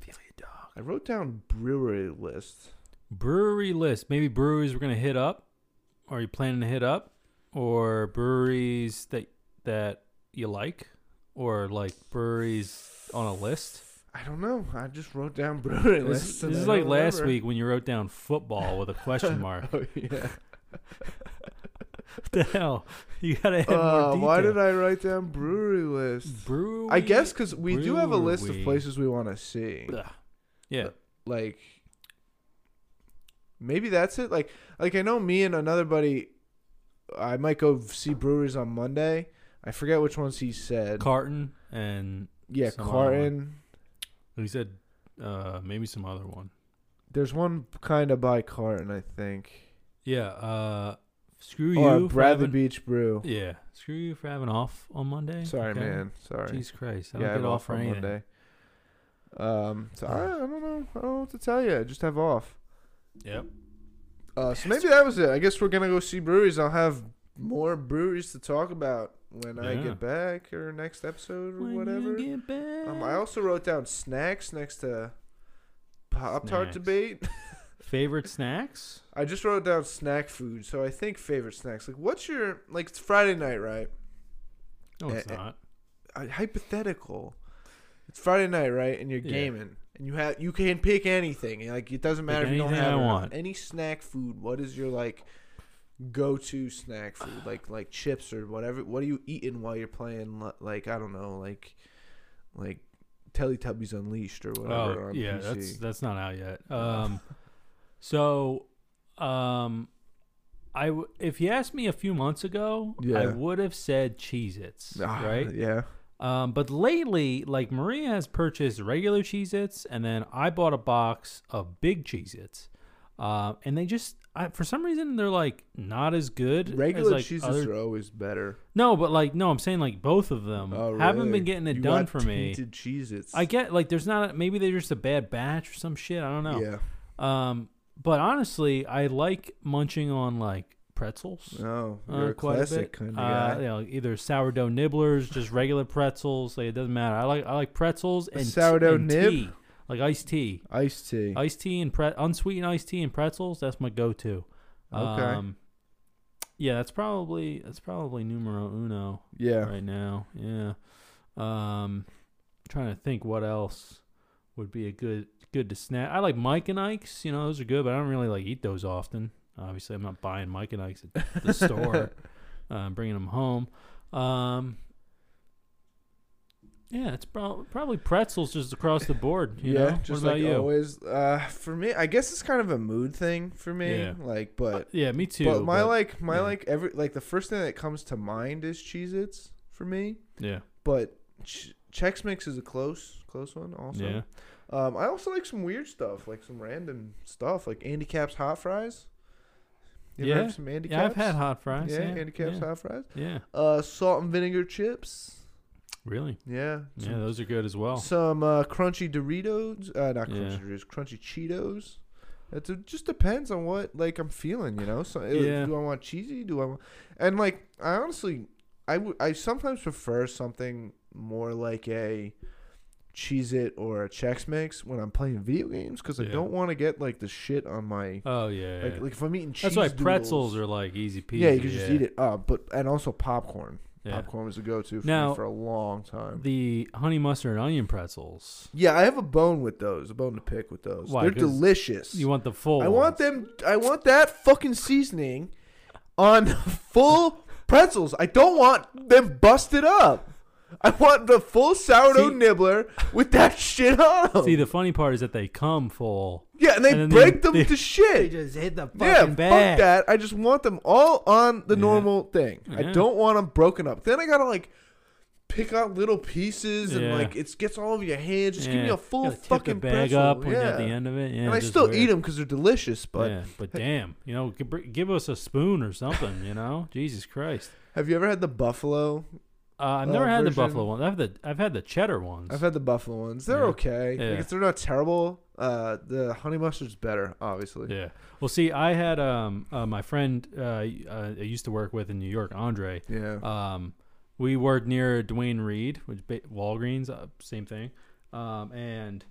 Speaker 2: Feel you, dog.
Speaker 1: I wrote down brewery list.
Speaker 2: Brewery list. Maybe breweries we're gonna hit up. Are you planning to hit up, or breweries that that you like, or like breweries on a list?
Speaker 1: I don't know. I just wrote down brewery
Speaker 2: This,
Speaker 1: list. and
Speaker 2: this
Speaker 1: I
Speaker 2: is like
Speaker 1: don't
Speaker 2: last
Speaker 1: remember.
Speaker 2: week when you wrote down football with a question mark.
Speaker 1: Oh yeah.
Speaker 2: what the hell? You gotta add more
Speaker 1: Uh,
Speaker 2: detail.
Speaker 1: why did I write down brewery list?
Speaker 2: Brewery.
Speaker 1: I guess because we do have a list of
Speaker 2: brewery.
Speaker 1: places we want to see.
Speaker 2: Ugh. Yeah.
Speaker 1: Like, maybe that's it. Like, like I know me and another buddy, I might go see breweries on Monday. I forget which ones he said.
Speaker 2: Carton and
Speaker 1: yeah,
Speaker 2: some other one.
Speaker 1: Carton.
Speaker 2: he said uh, maybe some other one.
Speaker 1: There's one kind of by Carton, I think.
Speaker 2: Yeah. Uh, screw
Speaker 1: or
Speaker 2: you. for
Speaker 1: Bradley
Speaker 2: having-
Speaker 1: Beach Brew.
Speaker 2: Yeah. Screw you for having off on Monday.
Speaker 1: Sorry,
Speaker 2: okay?
Speaker 1: man. Sorry.
Speaker 2: Jesus Christ. I
Speaker 1: yeah,
Speaker 2: don't
Speaker 1: I have
Speaker 2: get off
Speaker 1: off
Speaker 2: for
Speaker 1: on
Speaker 2: anything.
Speaker 1: Monday. Um, so I, I
Speaker 2: Yeah.
Speaker 1: don't know. I don't know what to tell you. I just have off.
Speaker 2: Yep.
Speaker 1: Uh, so maybe that was it. I guess we're gonna go see breweries. I'll have more breweries to talk about when I
Speaker 2: Yeah.
Speaker 1: get back or next episode or
Speaker 2: When you
Speaker 1: whatever.
Speaker 2: get back.
Speaker 1: Um, I also wrote down snacks next to Pop Tart
Speaker 2: Snacks.
Speaker 1: debate.
Speaker 2: Favorite snacks?
Speaker 1: I just wrote down snack food, so I think favorite snacks. Like, what's your like? It's Friday night, right?
Speaker 2: No, it's
Speaker 1: Eh, eh.
Speaker 2: not.
Speaker 1: I, hypothetical. It's Friday night, right? And you're
Speaker 2: Yeah.
Speaker 1: gaming, and you have you can pick anything. and, Like it doesn't matter
Speaker 2: Pick
Speaker 1: if you don't
Speaker 2: anything
Speaker 1: have it
Speaker 2: I
Speaker 1: or not.
Speaker 2: want.
Speaker 1: any snack food. What is your like go to snack food? Like like chips or whatever. What are you eating while you're playing? li- Like I don't know, like like Teletubbies Unleashed or whatever.
Speaker 2: Oh,
Speaker 1: on
Speaker 2: yeah,
Speaker 1: PC.
Speaker 2: that's that's not out yet. Um, so, um, I w- if you asked me a few months ago, I
Speaker 1: Yeah.
Speaker 2: would have said Cheez-Its,
Speaker 1: Ah,
Speaker 2: right?
Speaker 1: Yeah,
Speaker 2: Um, but lately, like Maria has purchased regular Cheez Its, and then I bought a box of big Cheez Its. Uh, and they just, I, for some reason, they're like not as good.
Speaker 1: Regular
Speaker 2: as, like,
Speaker 1: cheeses
Speaker 2: other-
Speaker 1: are always better.
Speaker 2: No, but like, no, I'm saying like both of them
Speaker 1: Oh,
Speaker 2: Mm. haven't
Speaker 1: really?
Speaker 2: been getting it
Speaker 1: You
Speaker 2: done
Speaker 1: got
Speaker 2: for me.
Speaker 1: tainted Cheez-Its.
Speaker 2: I get like there's not, a, maybe they're just a bad batch or some shit. I don't know.
Speaker 1: Yeah.
Speaker 2: Um, but honestly, I like munching on like pretzels.
Speaker 1: No,
Speaker 2: uh,
Speaker 1: Oh, you're a
Speaker 2: quite bit.
Speaker 1: classic kind of
Speaker 2: Uh,
Speaker 1: guy.
Speaker 2: you know, either sourdough nibblers, just regular pretzels. Like it doesn't matter. I like I like pretzels and t-
Speaker 1: sourdough
Speaker 2: and
Speaker 1: nib?
Speaker 2: tea, like iced tea,
Speaker 1: Iced tea.
Speaker 2: iced tea and pre- unsweetened iced tea and pretzels. That's my go-to.
Speaker 1: Okay.
Speaker 2: Um, yeah, that's probably that's probably numero uno
Speaker 1: yeah.
Speaker 2: right now. Yeah. Um, trying to think what else would be a good good to snack. I like Mike and Ike's. You know, those are good, but I don't really like eat those often. Obviously, I'm not buying Mike and Ike's at the store. Uh, bringing them home. Um, yeah, it's prob- probably pretzels just across the board. You
Speaker 1: yeah,
Speaker 2: know?
Speaker 1: just
Speaker 2: what about
Speaker 1: like
Speaker 2: you?
Speaker 1: always. Uh, for me, I guess it's kind of a mood thing for me.
Speaker 2: Yeah.
Speaker 1: Like, but
Speaker 2: yeah, me too.
Speaker 1: but my
Speaker 2: but-
Speaker 1: like my
Speaker 2: yeah.
Speaker 1: like every like the first thing that comes to mind is Cheez-Its for me.
Speaker 2: yeah,
Speaker 1: But Ch- Chex Mix is a close close one also.
Speaker 2: yeah.
Speaker 1: Um, I also like some weird stuff, like some random stuff, like Andy Cap's hot fries. You ever
Speaker 2: Yeah.
Speaker 1: have some Andy
Speaker 2: Yeah, I've
Speaker 1: Cap's?
Speaker 2: had hot fries.
Speaker 1: yeah,
Speaker 2: Yeah,
Speaker 1: Andy Cap's
Speaker 2: yeah,
Speaker 1: hot fries.
Speaker 2: yeah.
Speaker 1: Uh, salt and vinegar chips.
Speaker 2: really.
Speaker 1: Yeah, some
Speaker 2: Yeah, those are good as well.
Speaker 1: some uh, crunchy Doritos, uh, not crunchy
Speaker 2: Oh. Yeah.
Speaker 1: Doritos, crunchy Cheetos. It d- just depends on what like I'm feeling, you know. So it-
Speaker 2: Yeah.
Speaker 1: do I want cheesy? Do I want? And like I honestly, I w- I sometimes prefer something more like a cheese it or a Chex Mix when I'm playing video games because I
Speaker 2: Yeah.
Speaker 1: don't want to get like the shit on my
Speaker 2: Oh yeah, yeah.
Speaker 1: like like if I'm eating cheese.
Speaker 2: That's why
Speaker 1: doodles-
Speaker 2: pretzels are like easy peasy.
Speaker 1: yeah, you can just eat it up, but and also popcorn.
Speaker 2: yeah.
Speaker 1: Popcorn was a go-to for
Speaker 2: Now-
Speaker 1: me for a long time.
Speaker 2: The honey mustard and onion pretzels.
Speaker 1: Yeah, I have a bone with those. A bone to pick with those.
Speaker 2: Why?
Speaker 1: They're
Speaker 2: 'Cause
Speaker 1: delicious.
Speaker 2: You want the full?
Speaker 1: I want them. I want that fucking seasoning on full pretzels. I don't want them busted up. I want the full sourdough
Speaker 2: See-
Speaker 1: nibbler with that shit on 'em.
Speaker 2: See, the funny part is that they come full.
Speaker 1: yeah, and they
Speaker 2: and then
Speaker 1: break
Speaker 2: they-
Speaker 1: them
Speaker 2: they-
Speaker 1: to shit.
Speaker 2: just hit the
Speaker 1: yeah, fuck that. I just want them all on the
Speaker 2: Yeah.
Speaker 1: normal thing. I
Speaker 2: Yeah.
Speaker 1: don't want them broken up. Then I gotta like pick out little pieces and
Speaker 2: Yeah.
Speaker 1: like it gets all over your hands. Just give me a full
Speaker 2: Gotta tip
Speaker 1: fucking
Speaker 2: the bag
Speaker 1: pretzel.
Speaker 2: up when
Speaker 1: yeah.
Speaker 2: you're at the end of it. Yeah,
Speaker 1: and I
Speaker 2: just
Speaker 1: still
Speaker 2: weird.
Speaker 1: eat them because they're delicious. But
Speaker 2: yeah, but damn, you know, gi- br- give us a spoon or something. You know, Jesus Christ.
Speaker 1: have you ever had the buffalo?
Speaker 2: Uh, I've
Speaker 1: Uh,
Speaker 2: never had the
Speaker 1: version-
Speaker 2: buffalo one. I've the I've had the cheddar ones.
Speaker 1: I've had the buffalo ones. They're
Speaker 2: Yeah.
Speaker 1: okay.
Speaker 2: Yeah.
Speaker 1: I guess they're not terrible. Uh, the honey mustard's better, obviously.
Speaker 2: yeah. Well, see, I had um uh, my friend uh, y- uh, I used to work with in New York, Andre.
Speaker 1: Yeah.
Speaker 2: Um, we worked near Dwayne Reed, which ba- Walgreens, uh, same thing. Um, and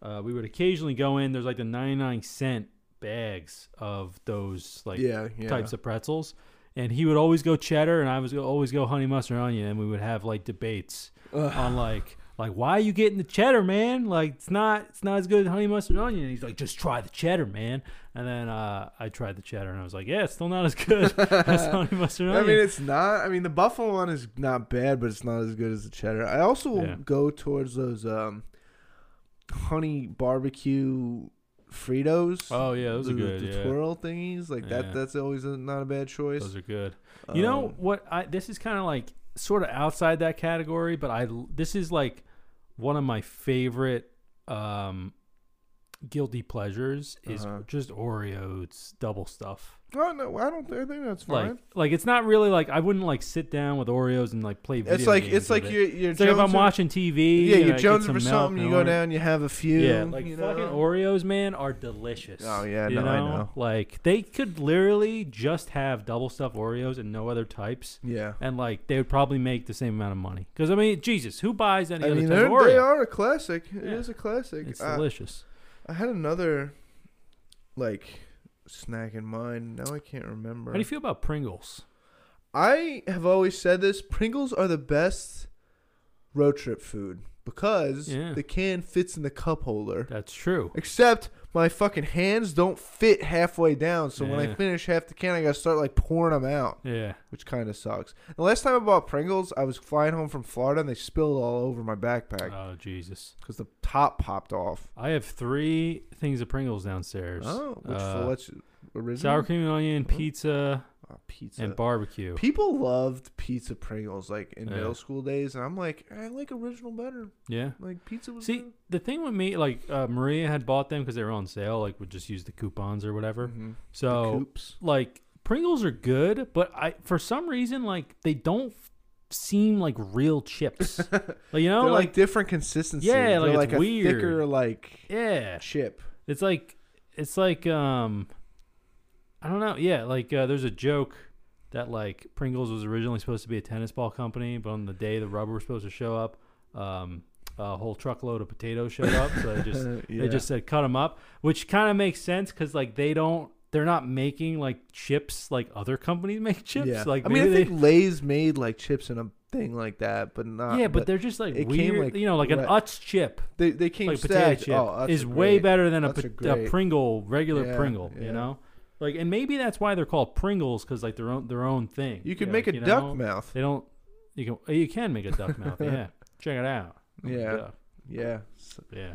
Speaker 2: uh, we would occasionally go in. There's like the 99 cent bags of those like
Speaker 1: yeah, yeah.
Speaker 2: types of pretzels, and he would always go cheddar, and I was go- always go honey mustard onion, and we would have like debates
Speaker 1: Ugh.
Speaker 2: on like. Like why are you getting the cheddar, man? Like it's not it's not as good as honey mustard onion. And he's like, just try the cheddar, man. And then uh, I tried the cheddar, and I was like, yeah, it's still not as good as honey mustard onion.
Speaker 1: I mean, it's not. I mean, the buffalo one is not bad, but it's not as good as the cheddar. I also will
Speaker 2: Yeah.
Speaker 1: go towards those um, honey barbecue Fritos.
Speaker 2: Oh, yeah, those are
Speaker 1: the-
Speaker 2: good,
Speaker 1: The
Speaker 2: yeah.
Speaker 1: twirl thingies, like that.
Speaker 2: Yeah.
Speaker 1: That's always a, not a bad choice.
Speaker 2: Those are good. You know
Speaker 1: Um,
Speaker 2: what? I this is kind of like sort of outside that category, but I this is like one of my favorite um guilty pleasures is
Speaker 1: Uh-huh.
Speaker 2: just Oreos double stuff.
Speaker 1: Oh no, I don't. I think that's fine.
Speaker 2: Like like it's not really like I wouldn't like sit down with Oreos and like play video
Speaker 1: it's like
Speaker 2: games
Speaker 1: it's like
Speaker 2: with it.
Speaker 1: you're you're
Speaker 2: It's like if I'm
Speaker 1: jonesing-
Speaker 2: watching TV,
Speaker 1: Yeah,
Speaker 2: and
Speaker 1: you're
Speaker 2: I get
Speaker 1: jonesing
Speaker 2: some
Speaker 1: for
Speaker 2: milk
Speaker 1: something.
Speaker 2: and
Speaker 1: You go
Speaker 2: Oreo-
Speaker 1: down, you have a few.
Speaker 2: yeah, like
Speaker 1: you
Speaker 2: fucking
Speaker 1: know?
Speaker 2: Oreos, man, are delicious.
Speaker 1: Oh, yeah,
Speaker 2: you
Speaker 1: no, I know.
Speaker 2: Like they could literally just have double stuffed Oreos and no other types,
Speaker 1: Yeah,
Speaker 2: and like they would probably make the same amount of money. Because I mean, Jesus, who buys any
Speaker 1: I
Speaker 2: other
Speaker 1: mean
Speaker 2: type
Speaker 1: they're-
Speaker 2: of
Speaker 1: they
Speaker 2: Oreo?
Speaker 1: are uh, a classic. It is
Speaker 2: Yeah.
Speaker 1: a classic.
Speaker 2: It's
Speaker 1: I,
Speaker 2: delicious.
Speaker 1: I had another like snack in mind. Now I can't remember.
Speaker 2: How do you feel about Pringles?
Speaker 1: I have always said this Pringles are the best road trip food because
Speaker 2: Yeah.
Speaker 1: the can fits in the cup holder.
Speaker 2: That's true.
Speaker 1: Except my fucking hands don't fit halfway down, so when I
Speaker 2: Yeah.
Speaker 1: finish half the can, I gotta start like pouring them out,
Speaker 2: Yeah,
Speaker 1: which kind of sucks. The last time I bought Pringles, I was flying home from Florida and they spilled all over my backpack
Speaker 2: oh Jesus.
Speaker 1: because the top popped off.
Speaker 2: I have three things of Pringles downstairs.
Speaker 1: Oh, which
Speaker 2: Uh,
Speaker 1: for what's original?
Speaker 2: sour cream and onion pizza.
Speaker 3: Oh, pizza.
Speaker 2: and barbecue.
Speaker 1: People loved pizza Pringles like in
Speaker 2: Yeah.
Speaker 1: middle school days, and I'm like, I like original better.
Speaker 2: yeah.
Speaker 1: Like pizza was
Speaker 2: See, the thing with me, like uh, Maria had bought them because they were on sale. Like, would just use the coupons or whatever.
Speaker 1: hmm
Speaker 2: So,
Speaker 1: coops.
Speaker 2: like, Pringles are good, but I for some reason, like, they don't f- seem like real chips. like, you know,
Speaker 1: They're like,
Speaker 2: like,
Speaker 1: different consistency.
Speaker 2: Yeah, like,
Speaker 1: They're like
Speaker 2: it's
Speaker 1: a
Speaker 2: weird.
Speaker 1: thicker like
Speaker 2: yeah,
Speaker 1: chip.
Speaker 2: it's like it's like um, I don't know. Yeah, like uh, there's a joke that like Pringles was originally supposed to be a tennis ball company, but on the day the rubber was supposed to show up, um, a whole truckload of potatoes showed up. So they just
Speaker 1: Yeah.
Speaker 2: They just said cut them up, which kind of makes sense because like they don't, they're not making like chips like other companies make chips.
Speaker 1: Yeah.
Speaker 2: Like
Speaker 1: I mean, I
Speaker 2: maybe
Speaker 1: think Lay's made like chips and a thing like that, but not.
Speaker 2: they, yeah, but, they're just like
Speaker 1: Uh, it
Speaker 2: weird.
Speaker 1: came, like,
Speaker 2: you know, like an
Speaker 1: wet.
Speaker 2: Utz chip,
Speaker 1: they they came
Speaker 2: like potato
Speaker 1: stacked.
Speaker 2: chip,
Speaker 1: Oh, that's
Speaker 2: is
Speaker 1: a
Speaker 2: way
Speaker 1: great-
Speaker 2: better than a,
Speaker 1: Utz are
Speaker 2: pot- a
Speaker 1: great.
Speaker 2: Pringle, regular
Speaker 1: Yeah,
Speaker 2: Pringle.
Speaker 1: yeah.
Speaker 2: You know, like and maybe that's why they're called Pringles because like their own their own thing.
Speaker 1: You could
Speaker 2: Yeah,
Speaker 1: make a
Speaker 2: you
Speaker 1: duck
Speaker 2: know?
Speaker 1: mouth.
Speaker 2: They don't. You can you can make a duck mouth. Yeah, check it out.
Speaker 1: Yeah.
Speaker 2: Duck,
Speaker 1: Yeah, S-
Speaker 2: yeah,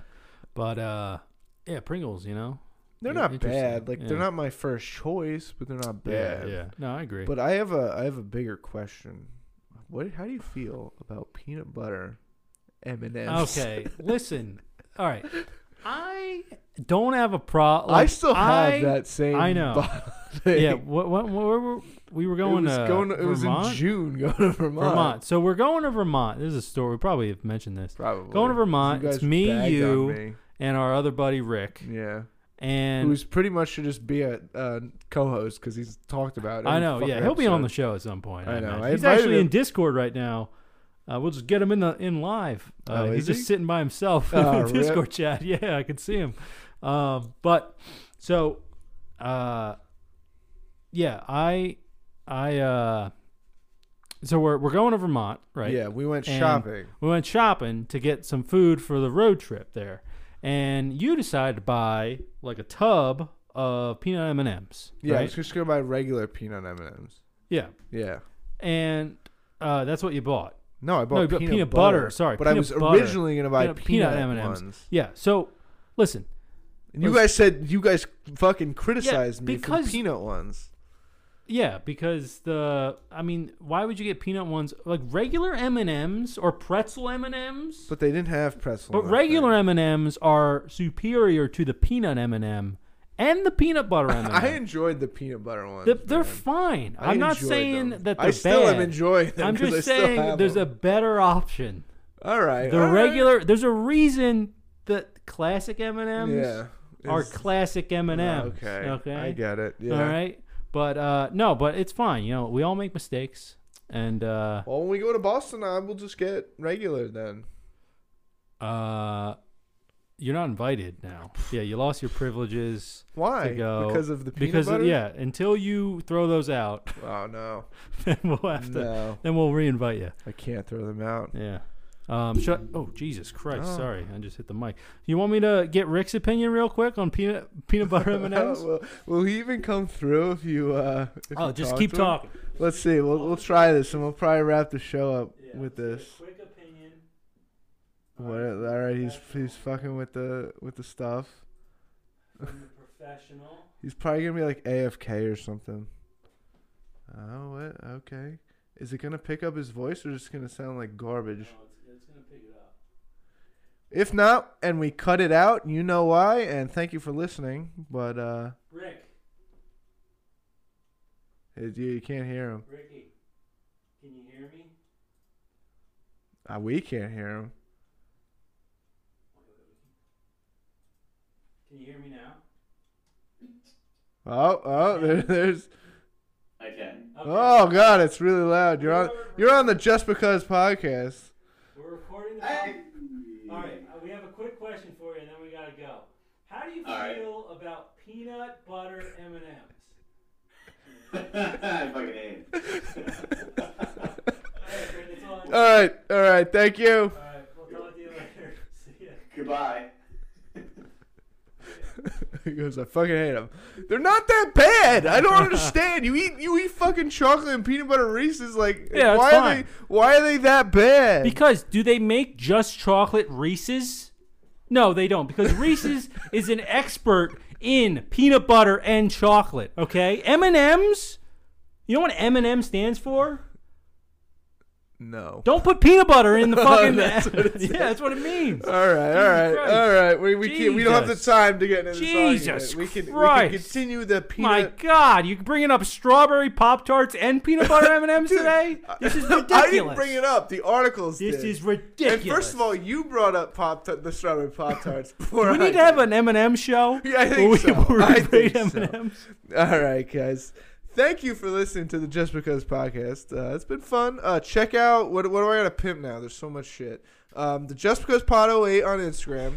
Speaker 2: but uh, yeah, Pringles. You know,
Speaker 1: they're
Speaker 2: Yeah,
Speaker 1: not
Speaker 2: interesting.
Speaker 1: bad. Like
Speaker 2: Yeah.
Speaker 1: they're not my first choice, but they're not
Speaker 2: yeah,
Speaker 1: bad.
Speaker 2: yeah. No, I agree.
Speaker 1: But I have a I have a bigger question. What? How do you feel about peanut butter M and M's?
Speaker 2: Okay, listen. All right, I don't have a problem.
Speaker 1: I still have that same.
Speaker 2: I know.
Speaker 1: bottle thing.
Speaker 2: Yeah, what, what, where were we were going?
Speaker 1: it was
Speaker 2: to
Speaker 1: going. to- it was
Speaker 2: Vermont?
Speaker 1: in June. Going to Vermont.
Speaker 2: Vermont. So we're going to Vermont. This is a story. We probably have mentioned this.
Speaker 1: Probably
Speaker 2: Going to Vermont,
Speaker 1: You
Speaker 2: it's
Speaker 1: guys
Speaker 2: me,
Speaker 1: bagged on
Speaker 2: you, And our other buddy Rick,
Speaker 1: me. Yeah.
Speaker 2: and
Speaker 1: Who's pretty much should just be a uh, co-host because he's talked about.
Speaker 2: I
Speaker 1: every
Speaker 2: know. Yeah,
Speaker 1: fucking
Speaker 2: he'll be on the
Speaker 1: episode.
Speaker 2: show at some point.
Speaker 1: I know.
Speaker 2: imagine.
Speaker 1: I
Speaker 2: He's
Speaker 1: invited
Speaker 2: actually in
Speaker 1: him.
Speaker 2: Discord right now. Uh, we'll just get him in the in live. Uh,
Speaker 1: Oh,
Speaker 2: he's
Speaker 1: is
Speaker 2: just
Speaker 1: he?
Speaker 2: sitting by himself
Speaker 1: Oh,
Speaker 2: in the
Speaker 1: rip.
Speaker 2: Discord chat. Yeah, I can see him. Um, but so, uh, yeah, I, I, uh, so we're we're going to Vermont, right?
Speaker 1: Yeah, we went
Speaker 2: And-
Speaker 1: shopping.
Speaker 2: We went shopping to get some food for the road trip there, and you decided to buy like a tub of peanut M and M's.
Speaker 1: Yeah, I
Speaker 2: right?
Speaker 1: was just gonna buy regular peanut M and M's.
Speaker 2: yeah.
Speaker 1: Yeah.
Speaker 2: and uh, that's what you bought.
Speaker 1: No, I bought
Speaker 2: you bought
Speaker 1: peanut,
Speaker 2: peanut butter,
Speaker 1: butter.
Speaker 2: sorry,
Speaker 1: but I
Speaker 2: peanut
Speaker 1: was
Speaker 2: butter.
Speaker 1: originally gonna buy
Speaker 2: Peanut-
Speaker 1: peanut,
Speaker 2: peanut M&Ms.
Speaker 1: ones.
Speaker 2: Yeah. So, listen,
Speaker 1: And you
Speaker 2: Those-
Speaker 1: guys said you guys fucking criticized me
Speaker 2: because-
Speaker 1: for peanut ones.
Speaker 2: yeah, because the I mean, why would you get peanut ones like regular M and M's or pretzel M and M's?
Speaker 1: But
Speaker 2: But,
Speaker 1: they didn't have pretzel. in that
Speaker 2: regular
Speaker 1: thing.
Speaker 2: M and M's are superior to the peanut M and M and the peanut butter M and
Speaker 1: I
Speaker 2: m
Speaker 1: enjoyed the peanut butter ones.
Speaker 2: They're, they're
Speaker 1: man.
Speaker 2: fine.
Speaker 1: I
Speaker 2: I'm not
Speaker 1: enjoyed
Speaker 2: saying
Speaker 1: them.
Speaker 2: that they're
Speaker 1: I still
Speaker 2: bad.
Speaker 1: am enjoying them.
Speaker 2: I'm
Speaker 1: 'cause
Speaker 2: just
Speaker 1: I still
Speaker 2: saying
Speaker 1: have
Speaker 2: there's
Speaker 1: them.
Speaker 2: a better option.
Speaker 1: all right.
Speaker 2: The
Speaker 1: all right.
Speaker 2: regular, there's a reason that classic M and M's
Speaker 1: yeah
Speaker 2: are
Speaker 1: it's- Ah, Oh,
Speaker 2: classic M and M's.
Speaker 1: Okay,
Speaker 2: Okay.
Speaker 1: I get it. Yeah.
Speaker 2: All right. But uh, no, but it's fine. You know, we all make mistakes, and uh,
Speaker 1: Well, when we go to Boston, I will just get regular then.
Speaker 2: uh, you're not invited now. Yeah, you lost your privileges
Speaker 1: Why?
Speaker 2: To go-
Speaker 1: Because of the peanut
Speaker 2: because
Speaker 1: butter.
Speaker 2: yeah, until you throw those out,
Speaker 1: Oh no.
Speaker 2: then we'll have to.
Speaker 1: No,
Speaker 2: Then we'll re-invite you.
Speaker 1: I can't throw them out.
Speaker 2: Yeah. Um, should I- oh Jesus Christ!
Speaker 1: Oh.
Speaker 2: Sorry, I just hit the mic. You want me to get Rick's opinion real quick on peanut peanut butter M and M's?
Speaker 1: will, will he even come through if you? Uh, if
Speaker 2: Oh,
Speaker 1: you
Speaker 2: just
Speaker 1: talk
Speaker 2: keep
Speaker 1: to him?
Speaker 2: talking.
Speaker 1: Let's see. We'll we'll try this, and we'll probably wrap the show up with this.
Speaker 2: Quick opinion.
Speaker 1: What? All right, he's he's fucking with the with the stuff.
Speaker 2: professional.
Speaker 1: He's probably gonna be like AFK or something. Oh, what? Okay. Is it gonna pick up his voice or just gonna sound like garbage? If not, and we cut it out, you know why. And thank you for listening. But uh,
Speaker 2: Rick,
Speaker 1: it, you, you can't hear him.
Speaker 2: Ricky, can you hear me?
Speaker 1: Uh, we can't hear him.
Speaker 2: Can you hear me now?
Speaker 1: Oh, oh, there, there's.
Speaker 2: I can.
Speaker 1: Oh God, it's really loud. You're on. You're on the Just Because podcast.
Speaker 2: We're recording the. All right, uh, we have a quick question for you, and then we gotta go. How do you
Speaker 4: All right.
Speaker 2: feel about peanut butter M and M's?
Speaker 4: I fucking hate it.
Speaker 1: All
Speaker 2: Uh,
Speaker 1: right, all right. Thank you.
Speaker 2: All right, we'll talk to you later. See ya.
Speaker 4: Goodbye.
Speaker 1: he goes, I fucking hate them. They're not that bad. I don't understand. You eat you eat fucking chocolate and peanut butter Reese's. Like,
Speaker 2: Yeah, it's
Speaker 1: why are
Speaker 2: fine.
Speaker 1: they why are they that bad?
Speaker 2: Because do they make just chocolate Reese's? No, they don't. Because Reese's is an expert in peanut butter and chocolate. Okay, M and M's. You know what M&M stands for?
Speaker 1: No.
Speaker 2: Don't put peanut butter in the fucking.
Speaker 1: That's what it
Speaker 2: yeah, Oh, that's what it Uh, means.
Speaker 1: All right, all right,
Speaker 2: Christ.
Speaker 1: all right. We, we, can't, we don't have the
Speaker 2: Jesus.
Speaker 1: time to get into this
Speaker 2: Jesus
Speaker 1: argument. We can, we
Speaker 2: Christ.
Speaker 1: can continue the
Speaker 2: My
Speaker 1: peanut.
Speaker 2: God, you bringing up strawberry pop tarts and peanut butter M and M's today? This is ridiculous.
Speaker 1: I didn't bring it up. The articles
Speaker 2: This
Speaker 1: did.
Speaker 2: is ridiculous.
Speaker 1: And first of all, you brought up pop Tart- the strawberry pop tarts before.
Speaker 2: we
Speaker 1: I
Speaker 2: need to have
Speaker 1: did.
Speaker 2: an M and M show.
Speaker 1: Yeah, I
Speaker 2: where
Speaker 1: think
Speaker 2: we,
Speaker 1: so.
Speaker 2: where we
Speaker 1: I
Speaker 2: rate
Speaker 1: think so.
Speaker 2: M&Ms.
Speaker 1: All right, guys. Thank you for listening to the Just Because podcast. Uh, it's been fun. Uh, check out what what do I got to pimp now? There's so much shit. Um, the Just Because Pod 08 on Instagram.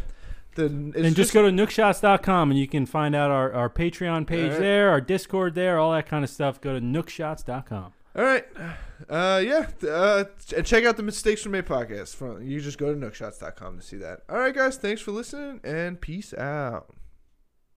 Speaker 1: The it's
Speaker 2: And just go to nookshots.com and you can find out our, our Patreon page
Speaker 1: Alright.
Speaker 2: there, our Discord there, all that kind of stuff. Go to nookshots.com.
Speaker 1: All right. Uh, yeah. th- Uh, ch- and check out the Mistakes Were Made podcast. From, you just go to nookshots.com to see that. All right, guys. Thanks for listening and peace out.